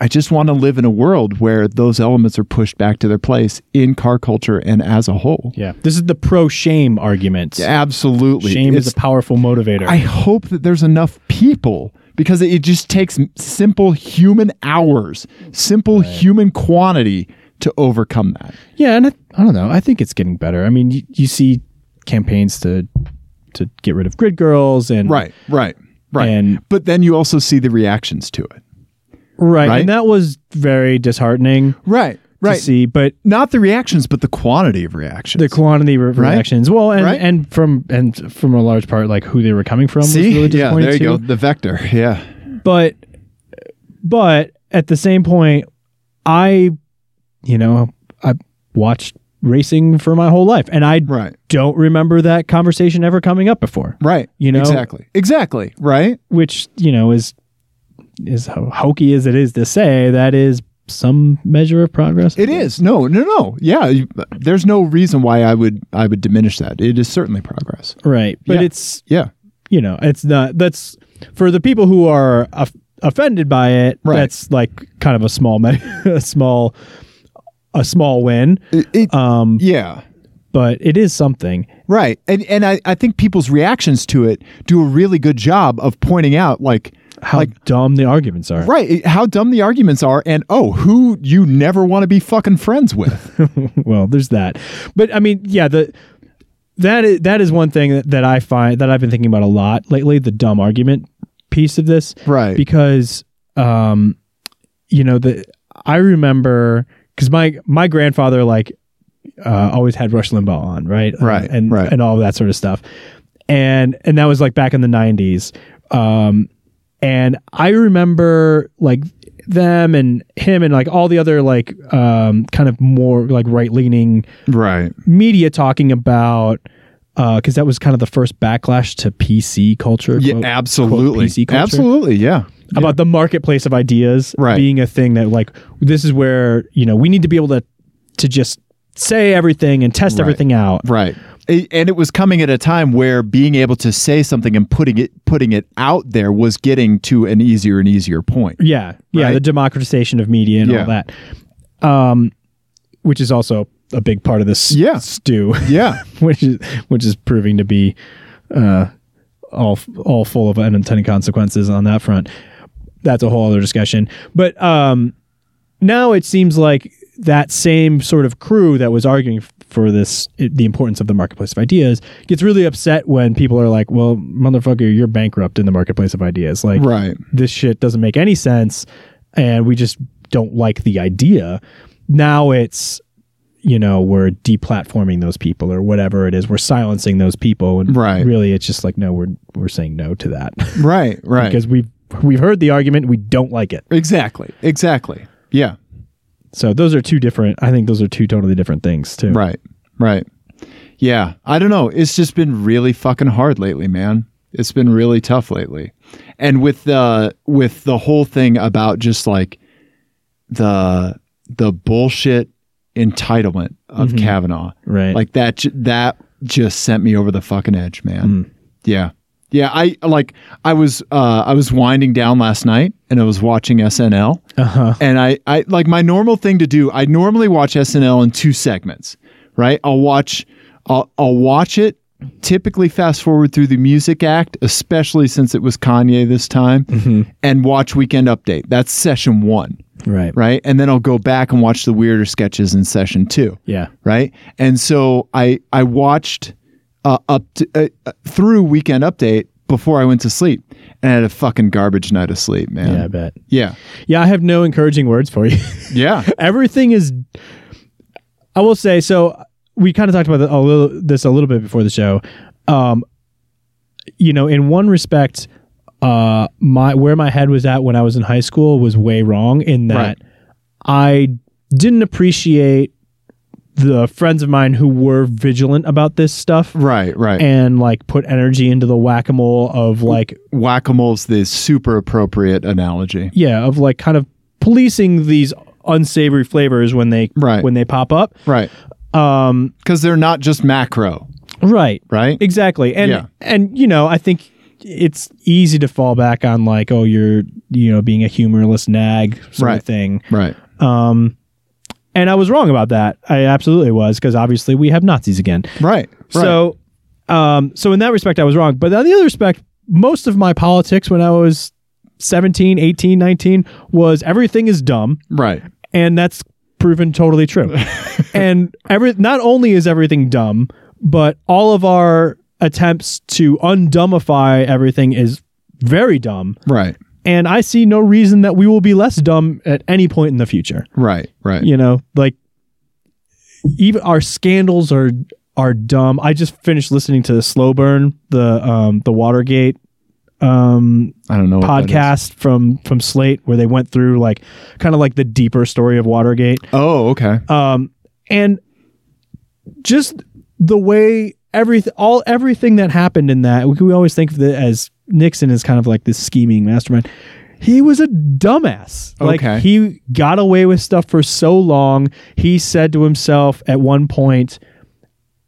I just want to live in a world where those elements are pushed back to their place in car culture and as a whole.
Yeah. This is the pro shame argument.
Absolutely.
Shame
It's-
is a powerful motivator.
I hope that there's enough people because it just takes simple human hours, simple human quantity to overcome that.
yeah, and I, I don't know. I think it's getting better. I mean, you, you see campaigns to to get rid of grid girls and
right, right.
And-
but then you also see the reactions to it.
right,
Right.
and that was very disheartening
Right,
to see. But
Not the reactions, but the quantity of reactions.
the quantity of reactions, well, and,
Right.
and from and from a large part, like who they were coming from, was really
yeah,
disappointing
there you
too.
go. The vector, [laughs] yeah.
but but at the same point i you know i watched racing for my whole life and i
Right,
don't remember that conversation ever coming up before
right.
You know?
exactly, exactly. Right,
which you know is is ho- hokey as it is to say that is some measure of progress
it is. No, no, no. Yeah, you, there's no reason why I would I would diminish that. It is certainly progress.
right but
Yeah.
it's
Yeah,
you know it's not that's for the people who are of offended by it
Right.
that's like kind of a small me- [laughs] a small a small win
It- it-
um
yeah.
but it is something.
Right. And and I, I think people's reactions to it do a really good job of pointing out like
How
Like-
dumb the arguments are.
right it- how dumb the arguments are and oh who you never want to be fucking friends with.
[laughs] well, there's that. But I mean, yeah, the that is that is one thing that, that I find that I've been thinking about a lot lately, the dumb argument piece of this.
[laughs] Right.
Because um you know, the I remember cuz my my grandfather like uh, always had Rush Limbaugh on, right? Um,
Right,
and
right.
and all that sort of stuff. And and that was like back in the 90s. Um and I remember like them and him and like all the other like um kind of more like right-leaning
right.
media talking about because that was kind of the first backlash to PC culture.
Yeah,
quote, quote,
absolutely.
PC culture,
Absolutely, yeah.
About the marketplace of ideas
Right.
being a thing that like this is where you know we need to be able to to just say everything and test everything out.
Right. A- And it was coming at a time where being able to say something and putting it putting it out there was getting to an easier and easier point.
Yeah, yeah,
Right.
the democratization of media and
Yeah.
all that, um, which is also a big part of this
Yeah.
stew, [laughs]
Yeah.
which is which is proving to be uh, all all full of unintended consequences on that front. That's a whole other discussion. But um, now it seems like that same sort of crew that was arguing f- for this it, the importance of the marketplace of ideas gets really upset when people are like, "Well, motherfucker, you're bankrupt in the marketplace of ideas." Like,
Right.
this shit doesn't make any sense and we just don't like the idea now it's you know we're deplatforming those people or whatever it is we're silencing those people and
Right.
really it's just like no we're we're saying no to that [laughs]
Right. Right.
because we've we've heard the argument we don't like it
exactly. Exactly. Yeah.
so those are two different i think those are two totally different things too
Right. Right. Yeah. I don't know. It's just been really fucking hard lately, man. It's been really tough lately. And with the with the whole thing about just like the the bullshit entitlement of Kavanaugh.
right
Like that ju- that just sent me over the fucking edge, man.
Mm.
Yeah. Yeah, I like I was uh I was winding down last night and I was watching SNL.
uh-huh
And I, I like my normal thing to do. I normally watch SNL in two segments, right? I'll watch, I'll, I'll watch it. Typically, fast forward through the music act, especially since it was Kanye this time,
Mm-hmm.
and watch Weekend Update. That's session one,
right
right? And then I'll go back and watch the weirder sketches in session two
yeah
right? And so I I watched uh, up to, uh, uh, through Weekend Update before I went to sleep, and I had a fucking garbage night of sleep,
yeah i
man.
bet
Yeah,
yeah i have no encouraging words for you [laughs]
yeah,
everything is i will say so we kind of talked about the, a little, this a little bit before the show um you know in one respect uh my where my head was at when i was in high school was way wrong in that
Right.
i didn't appreciate the friends of mine who were vigilant about this stuff
Right, right.
and like put energy into the whack-a-mole of like
Whack a mole's the super appropriate analogy.
yeah of like kind of policing these unsavory flavors when they
Right.
when they pop up
Right.
um
Because they're not just macro,
right
right?
exactly and
Yeah.
and you know i think it's easy to fall back on like oh you're you know being a humorless nag sort
Right.
of thing
right.
um and i was wrong about that i absolutely was because obviously we have nazis again
Right. Right.
So, um, so in that respect, I was wrong. But on the other respect, most of my politics when I was 17, 18, 19 was everything is dumb.
right.
And that's proven
[laughs]
totally true. and every, not only is everything dumb, but all of our attempts to undumbify everything is very dumb.
Right.
And I see no reason that we will be less dumb at any point in the future
Right. Right.
you know like even our scandals are are dumb i just finished listening to slow burn the um the watergate um
I don't know. what that is.
podcast from from slate where they went through like kind of like the deeper story of watergate
Oh, okay.
um and just the way everything all everything that happened in that we, we always think of it as nixon is kind of like this scheming mastermind he was a dumbass
Okay.
like he got away with stuff for so long he said to himself at one point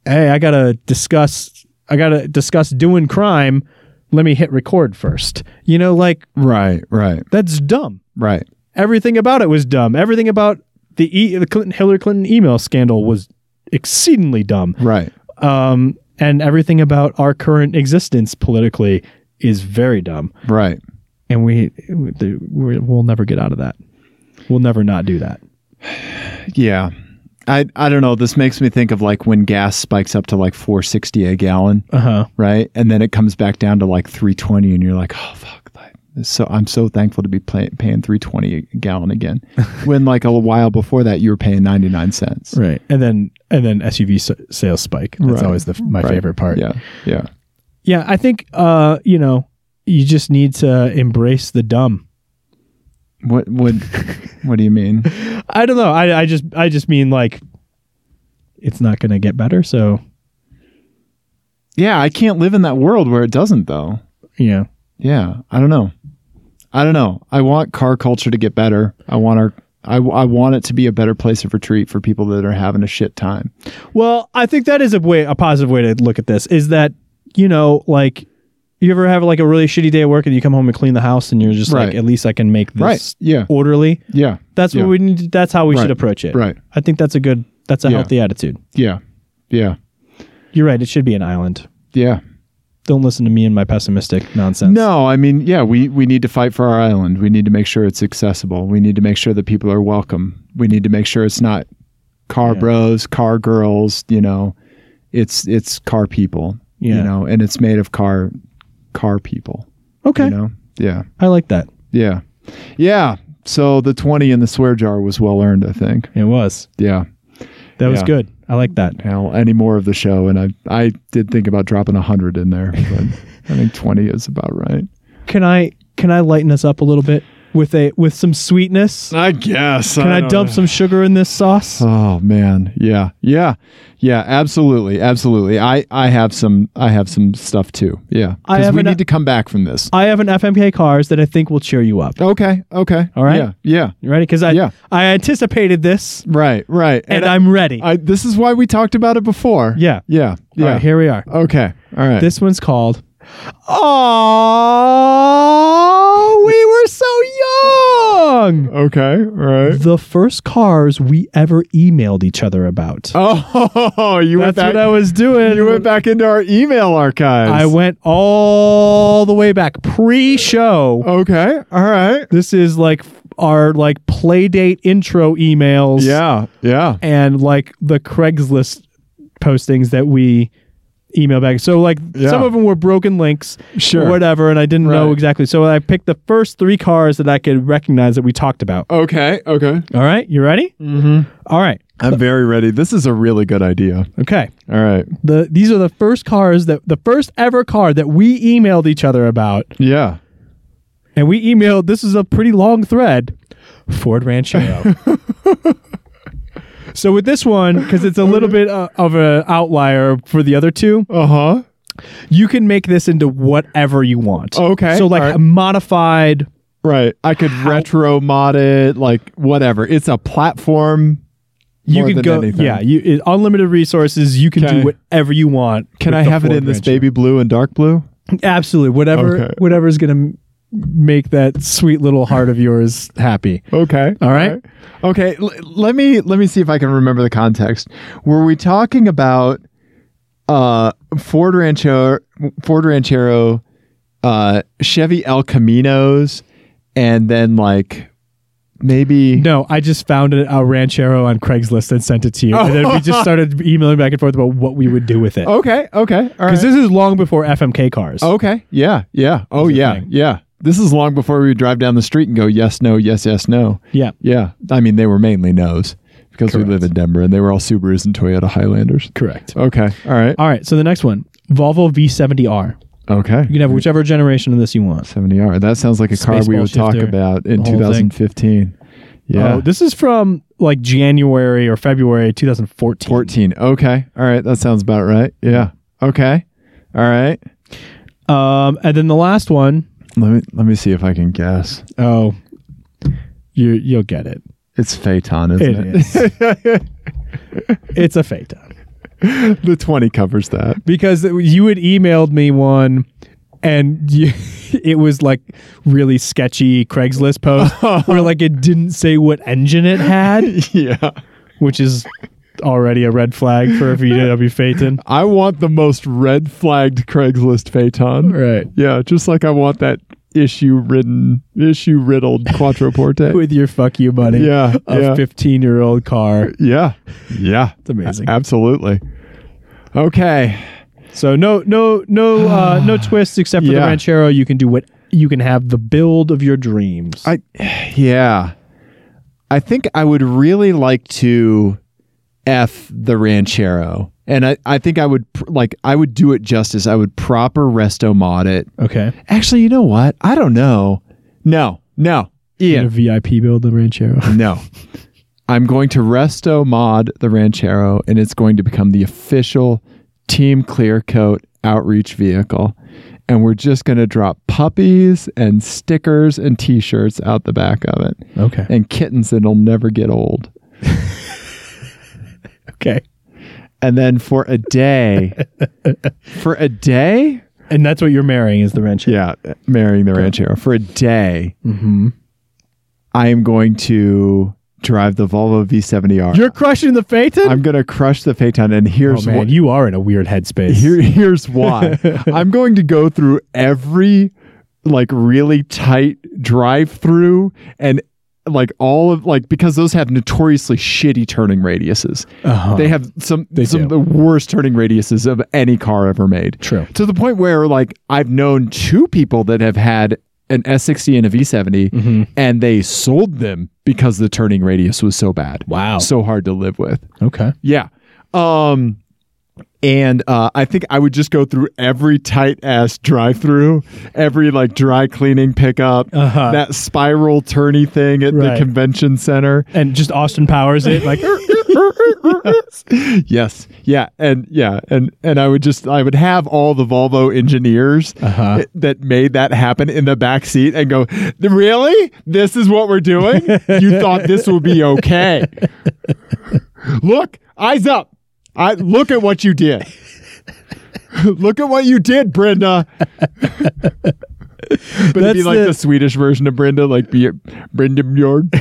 hey i gotta discuss i gotta discuss doing crime let me hit record first you know like
Right. Right.
that's dumb
Right.
everything about it was dumb. Everything about the, e- the Clinton Hillary Clinton email scandal was exceedingly dumb.
Right.
Um, and everything about our current existence politically is very dumb.
Right.
And we we- we'll never get out of that. We'll never not do that.
Yeah. I, I don't know. This makes me think of like when gas spikes up to like 460 a gallon,
Uh huh.
right? And then it comes back down to like 320 and you're like, "Oh fuck, that is so I'm so thankful to be pay, paying 320 a gallon again." when like a while before that you were paying 99 cents.
Right. And then and then SUV s- sales spike. That's
Right.
always the, f- my
Right.
favorite part.
Yeah. Yeah.
Yeah. I think uh you know you just need to embrace the dumb.
What what what do you mean?
I don't know. I, I just I just mean like it's not gonna get better. So
Yeah, I can't live in that world where it doesn't though.
yeah.
Yeah, I don't know. I don't know. I want car culture to get better. I want our I, I want it to be a better place of retreat for people that are having a shit time.
Well, I think that is a way a positive way to look at this is that you know like you ever have like a really shitty day at work and you come home and clean the house and you're just
Right.
like at least I can make this
Right. Yeah.
orderly.
Yeah.
That's
Yeah.
what we need. That's how we
Right.
should approach it.
Right.
I think that's a good. That's a
Yeah.
healthy attitude.
Yeah. Yeah.
You're right. It should be an island.
Yeah.
Don't listen to me and my pessimistic nonsense.
No, I mean, yeah, we, we need to fight for our island. We need to make sure it's accessible. We need to make sure that people are welcome. We need to make sure it's not car
Yeah.
bros, car girls, you know. It's it's car people.
Yeah.
You know, and it's made of car car people.
Okay.
You know? Yeah.
I like that.
Yeah. Yeah. So the twenty in the swear jar was well earned, I think.
It was.
Yeah.
That was
Yeah.
good. I like that.
Now any more of the show and I I did think about dropping hundred in there, but I think twenty is about right.
Can I can I lighten us up a little bit with a with some sweetness?
I guess.
Can I dump some sugar in this sauce?
Oh man, yeah, yeah, yeah, absolutely, absolutely. I I have some I have some stuff too. Yeah,
I
because
have
we
an-
need to come back from this.
I have an FMK cars that I think will cheer you up.
Okay, okay,
All right.
Yeah, yeah,
You ready? Because I
Yeah.
I anticipated this
right, right.
and, I'm ready.
I, this is why we talked about it before.
Yeah.
yeah, yeah.
All right, here we are.
okay, all right.
This one's called Oh We Were So Young.
okay, all right.
The first cars we ever emailed each other about.
[laughs] Oh, you went
That's
back.
what I was doing.
you went back into our email archives.
I went all the way back pre-show.
Okay, all right.
This is like our like playdate intro emails.
Yeah, yeah.
and like the Craigslist postings that we email back. So like
Yeah.
some of them were broken links,
Sure.
or whatever, and I didn't know
Right.
exactly. So I picked the first three cars that I could recognize that we talked about.
Okay, okay.
All right, you ready?
Oh. Mm-hmm.
All right,
I'm very ready. This is a really good idea.
okay.
All right.
The these are the first cars that the first ever car that we emailed each other about,
Yeah. [laughs]
and we emailed. This is a pretty long thread. Ford Ranchero. So with this one, because it's a little bit uh, of an outlier for the other two,
Uh huh.
you can make this into whatever you want.
Okay,
So like
all right.
a modified.
Right. I could retro mod it, like whatever. It's a platform.
You
More
can
than
go.
anything.
Yeah. You it, unlimited resources. You can
Okay.
do whatever you want.
Can
with
I
the
have it
Ford
in this
Ranger.
baby blue and dark blue?
Absolutely. Whatever.
Okay.
Whatever's gonna m- make that sweet little heart of yours happy.
Okay.
All right.
Okay. L- let me let me see if I can remember the context. Were we talking about uh Ford Ranchero Ford Ranchero uh Chevy El Caminos and then like maybe
No, I just found it a ranchero on Craigslist and sent it to you, and then
[laughs]
we just started emailing back and forth about what we would do with it.
Okay, okay. All right. Oh.
Because this is long before FMK cars.
okay. Yeah. Yeah. Oh
Is the
yeah.
thing.
Yeah. This is long before we drive down the street and go yes no yes yes no.
yeah,
Yeah. I mean they were mainly no's because we live
Correct.
in Denver and they were all Subarus and Toyota Highlanders.
correct. Uh,
Okay. All right.
All right, so the next one, Volvo V70R.
Okay.
You can have whichever generation of this you want.
70R. That sounds like a car we
Spaceball
would talk
shifter,
about in
the whole thing.
2015. Yeah.
Oh, this is from like January or February 2014.
14. Okay. All right. That sounds about right. Yeah. Okay. All right.
Um, and then the last one,
Let me let me see if I can guess.
oh, you you'll get it.
It's Phaeton,
It
isn't it?
is. [laughs] it's a Phaeton
[laughs] the 20 covers
[laughs]
that.
because you had emailed me one, and you, [laughs] it was like really sketchy
[laughs]
Craigslist post where like it didn't say what engine it had.
yeah.
which is already a red flag for a VW Phaeton.
[laughs] I want the most red flagged Craigslist Phaeton.
Right.
Yeah, just like I want that issue ridden issue riddled Quattroporte.
[laughs] With your fuck you money.
Yeah, yeah.
A 15 year old car.
yeah. Yeah.
It's amazing.
Absolutely. Okay.
So no no no uh [sighs] no twists except for the
Yeah.
Ranchero. You can do what you can have the build of your dreams.
I yeah. I think I would really like to F the ranchero. And I, I think I would pr- like I would do it justice. I would proper resto mod it.
okay.
Actually, you know what? I don't know. No, no.
[laughs] You
Ian.
can VIP build the Ranchero. [laughs]
No. I'm going to resto mod the ranchero and it's going to become the official team clear coat outreach vehicle. And we're just going to drop puppies and stickers and t-shirts out the back of it
Okay.
and kittens that'll never get old.
Okay.
And then for a day,
[laughs]
for a day,
And that's what you're marrying is the Ranchero.
yeah, marrying the ranchero for a day,
Mm-hmm.
I am going to drive the Volvo V70R.
You're crushing the Phaeton?
I'm going to crush the Phaeton, and
oh
here's
man,
what.
you are in a weird headspace.
Here, here's
[laughs]
why. I'm going to go through every like really tight drive through and like all of like because those have notoriously shitty turning radiuses.
Uh-huh.
They have some some
do.
of the worst turning radiuses of any car ever made.
True.
To the point where like I've known two people that have had an S60 and a V70
Mm-hmm.
and they sold them because the turning radius was so bad.
Wow.
So hard to live with.
okay.
Yeah. Um and uh, I think I would just go through every tight ass drive through, every like dry cleaning pickup,
Uh-huh.
that spiral turny thing at
Right.
the convention center.
And just Austin Powers it [laughs] like
yes. Yeah. And yeah. And and I would just I would have all the Volvo engineers
Uh-huh.
that- that made that happen in the back seat and go, really? This is what we're doing?
[laughs]
you thought this would be okay. look, eyes up. I look at what you did. look at what you did, Brenda. [laughs] But it'd be
That's
like
the-
the, Swedish version of Brenda, like be Brenda Bjorg.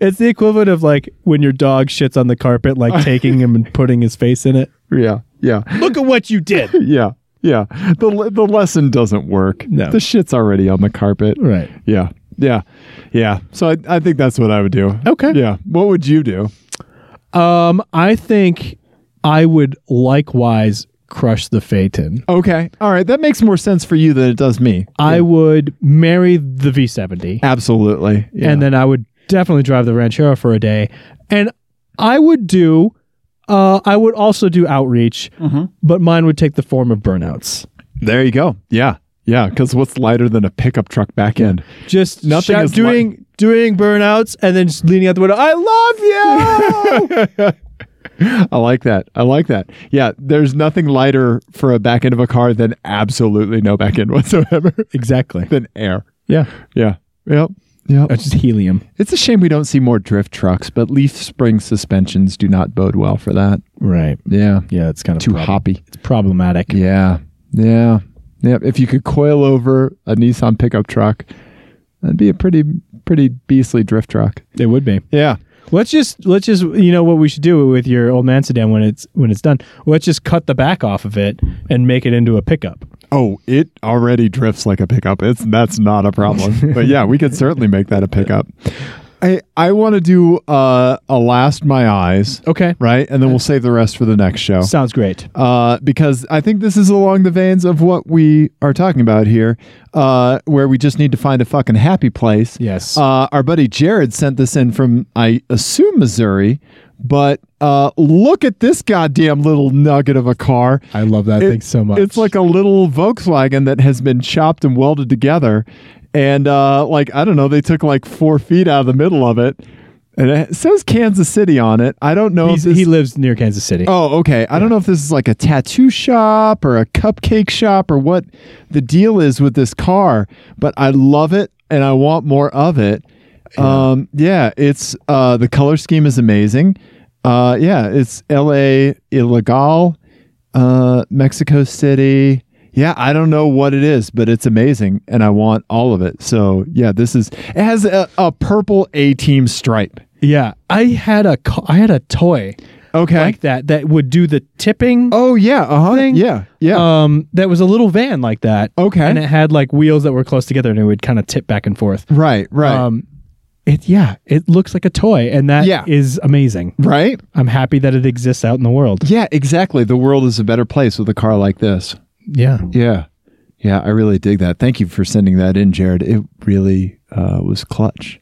It's the equivalent of like when your dog shits on the carpet, [laughs] like taking him and putting his face in it.
Yeah, yeah.
Look at what you did.
Yeah. Yeah. The le- the lesson doesn't work.
No.
The shit's already on the carpet.
Right.
Yeah. Yeah. Yeah. So I, I think that's what I would do.
Okay.
Yeah. What would you do?
Um, I think I would likewise crush the Phaeton.
Okay. All right. That makes more sense for you than it does me.
I would marry the V70,
Absolutely. Yeah.
and then I would definitely drive the Ranchero for a day. And I would do, uh, I Mm-hmm. would also do outreach, but mine would take the form of burnouts.
there you go. Yeah. Yeah, because what's lighter than a pickup truck back end?
Just
Nothing
shout-
is li-
doing doing burnouts and then just leaning out the window. I love you.
I like that. I like that. Yeah, there's nothing lighter for a back end of a car than absolutely no back end [laughs] whatsoever
[laughs] exactly.
than air.
Yeah.
Yeah. Yep. Yep.
[laughs] That's just helium.
It's a shame we don't see more drift trucks, but leaf spring suspensions do not bode well for that.
Right.
Yeah.
Yeah, it's kind of
Too
prob-
hoppy.
It's problematic.
Yeah. Yeah. Yeah. If you could coil over a Nissan pickup truck, that'd be a pretty, pretty beastly drift truck.
It would be.
Yeah.
Let's just let's just you know what we should do with your old man sedan when it's when it's done. Let's just cut the back off of it and make it into a pickup.
Oh, it already drifts like a pickup. It's that's not a [laughs] problem. but yeah, we could certainly make that a pickup. I I want to do uh, a last my eyes,
Okay.
right, and then we'll save the rest for the next show.
Sounds great.
uh, because I think this is along the veins of what we are talking about here, uh, where we just need to find a fucking happy place.
Yes.
Uh, our buddy Jared sent this in from, I assume, Missouri, but uh, look at this goddamn little nugget of a car.
I love that
It- It's like a little Volkswagen that has been chopped and welded together. And uh, like, I don't know, they took like four feet out of the middle of it. And it says Kansas City on it. I don't know
He's,
if this
he lives near Kansas City.
Oh, okay. I don't know if this is like a tattoo shop or a cupcake shop or what the deal is with this car, but I love it and I want more of it. Um, yeah, it's uh, the color scheme is amazing. Uh, yeah, it's L.A. Illegal, uh, Mexico City. Yeah, I don't know what it is, but it's amazing, and I want all of it. So yeah, this is it has a, a purple A team stripe.
Yeah, I had a ca- I had a toy
Okay.
like that that would do the tipping.
oh yeah. Uh huh.
Thing?
Yeah. Yeah.
Um, that was a little van like that.
Okay.
and it had like wheels that were close together, and it would kind of tip back and forth.
right. Right.
Um, it yeah, it looks like a toy, and that is
Yeah.
amazing.
Right?
I'm happy that it exists out in the world.
Yeah, exactly. The world is a better place with a car like this.
Yeah,
Yeah. Yeah, I really dig that. Thank you for sending that in, Jared. It really uh, was clutch.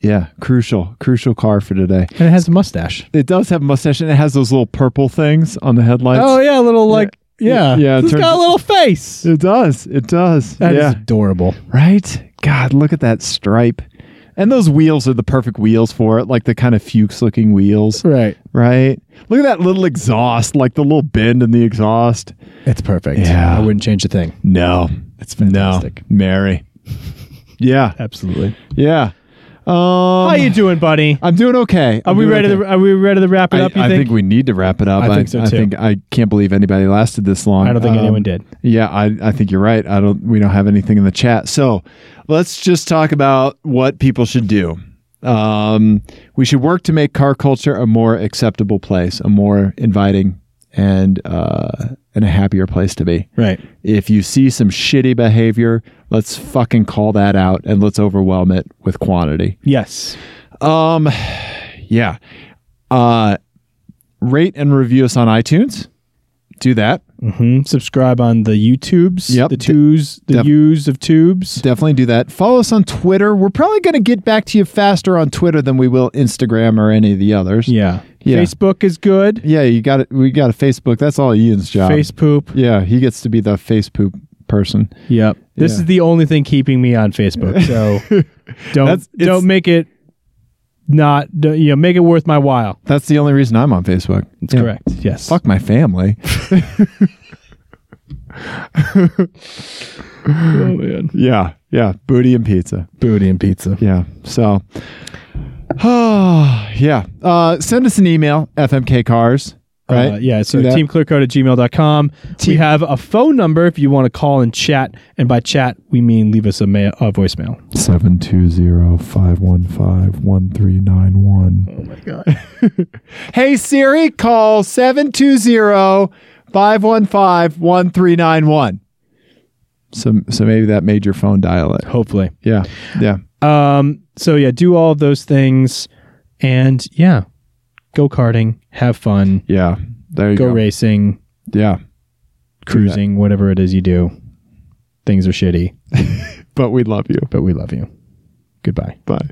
Yeah, crucial, crucial car for today.
and it has a mustache.
It does have a mustache and it has those little purple things on the headlights.
oh yeah, a little like yeah,
Yeah, it
It's
turns-
got a little face.
It does. It does.
That is
yeah.
adorable.
Right? God, look at that stripe. And those wheels are the perfect wheels for it, like the kind of Fuchs looking wheels,
Right,
right? Look at that little exhaust, like the little bend in the exhaust.
it's perfect.
Yeah.
I wouldn't change a thing.
No, it's
fantastic.
No, Mary. [laughs] Yeah,
Absolutely.
yeah. Um,
How you doing, buddy?
I'm doing okay.
Are we ready? To, are we ready to wrap it
I,
up? You
I
think?
think? we need to wrap it up.
I think so, too.
think- I can't believe anybody lasted this long.
I don't think
Um,
anyone did.
Yeah, I, I think you're right. I don't. We don't have anything in the chat. So let's just talk about what people should do. Um, we should work to make car culture a more acceptable place, a more inviting and uh, and a happier place to be.
Right.
If you see some shitty behavior, let's fucking call that out and let's overwhelm it with quantity.
Yes.
Um, yeah. Uh, rate and review us on iTunes. Do that.
hmm Subscribe on the YouTubes,
Yep.
the twos, the
Def-
U's of tubes.
Definitely do that. Follow us on Twitter. We're probably going to get back to you faster on Twitter than we will Instagram or any of the others.
Yeah.
Yeah.
Facebook is good.
Yeah, you got it. We got a Facebook. That's all Ian's job.
Face poop.
Yeah, he gets to be the face poop person.
Yep. This
Yeah.
is the only thing keeping me on Facebook. So
[laughs] That's-
don't
it's-
don't make it not don't- you know make it worth my while.
That's the only reason I'm on Facebook.
That's
Yeah.
correct. Yes.
Fuck my
[laughs]
family.
Oh man.
Yeah, yeah. Booty and pizza.
Booty and pizza.
Yeah. So, [sighs] yeah. Uh, send us an email, fmkcars, right?
Uh, yeah, so
Do that.
teamclearcode at gmail.com. we have a phone number if you want to call and chat. And by chat, we mean leave us a, ma- a voicemail.
720-515-1391.
Oh, my God.
[laughs] Hey, Siri, call 720-515-1391. So, so maybe that made your phone dial it.
Hopefully.
Yeah. Yeah.
Um, so yeah, do all of those things, and yeah, go karting, have fun,
Yeah. There you
go
go.
racing,
Yeah.
cruising, whatever it is you do. Things are shitty,
But we love you.
but we love you. Goodbye.
Bye.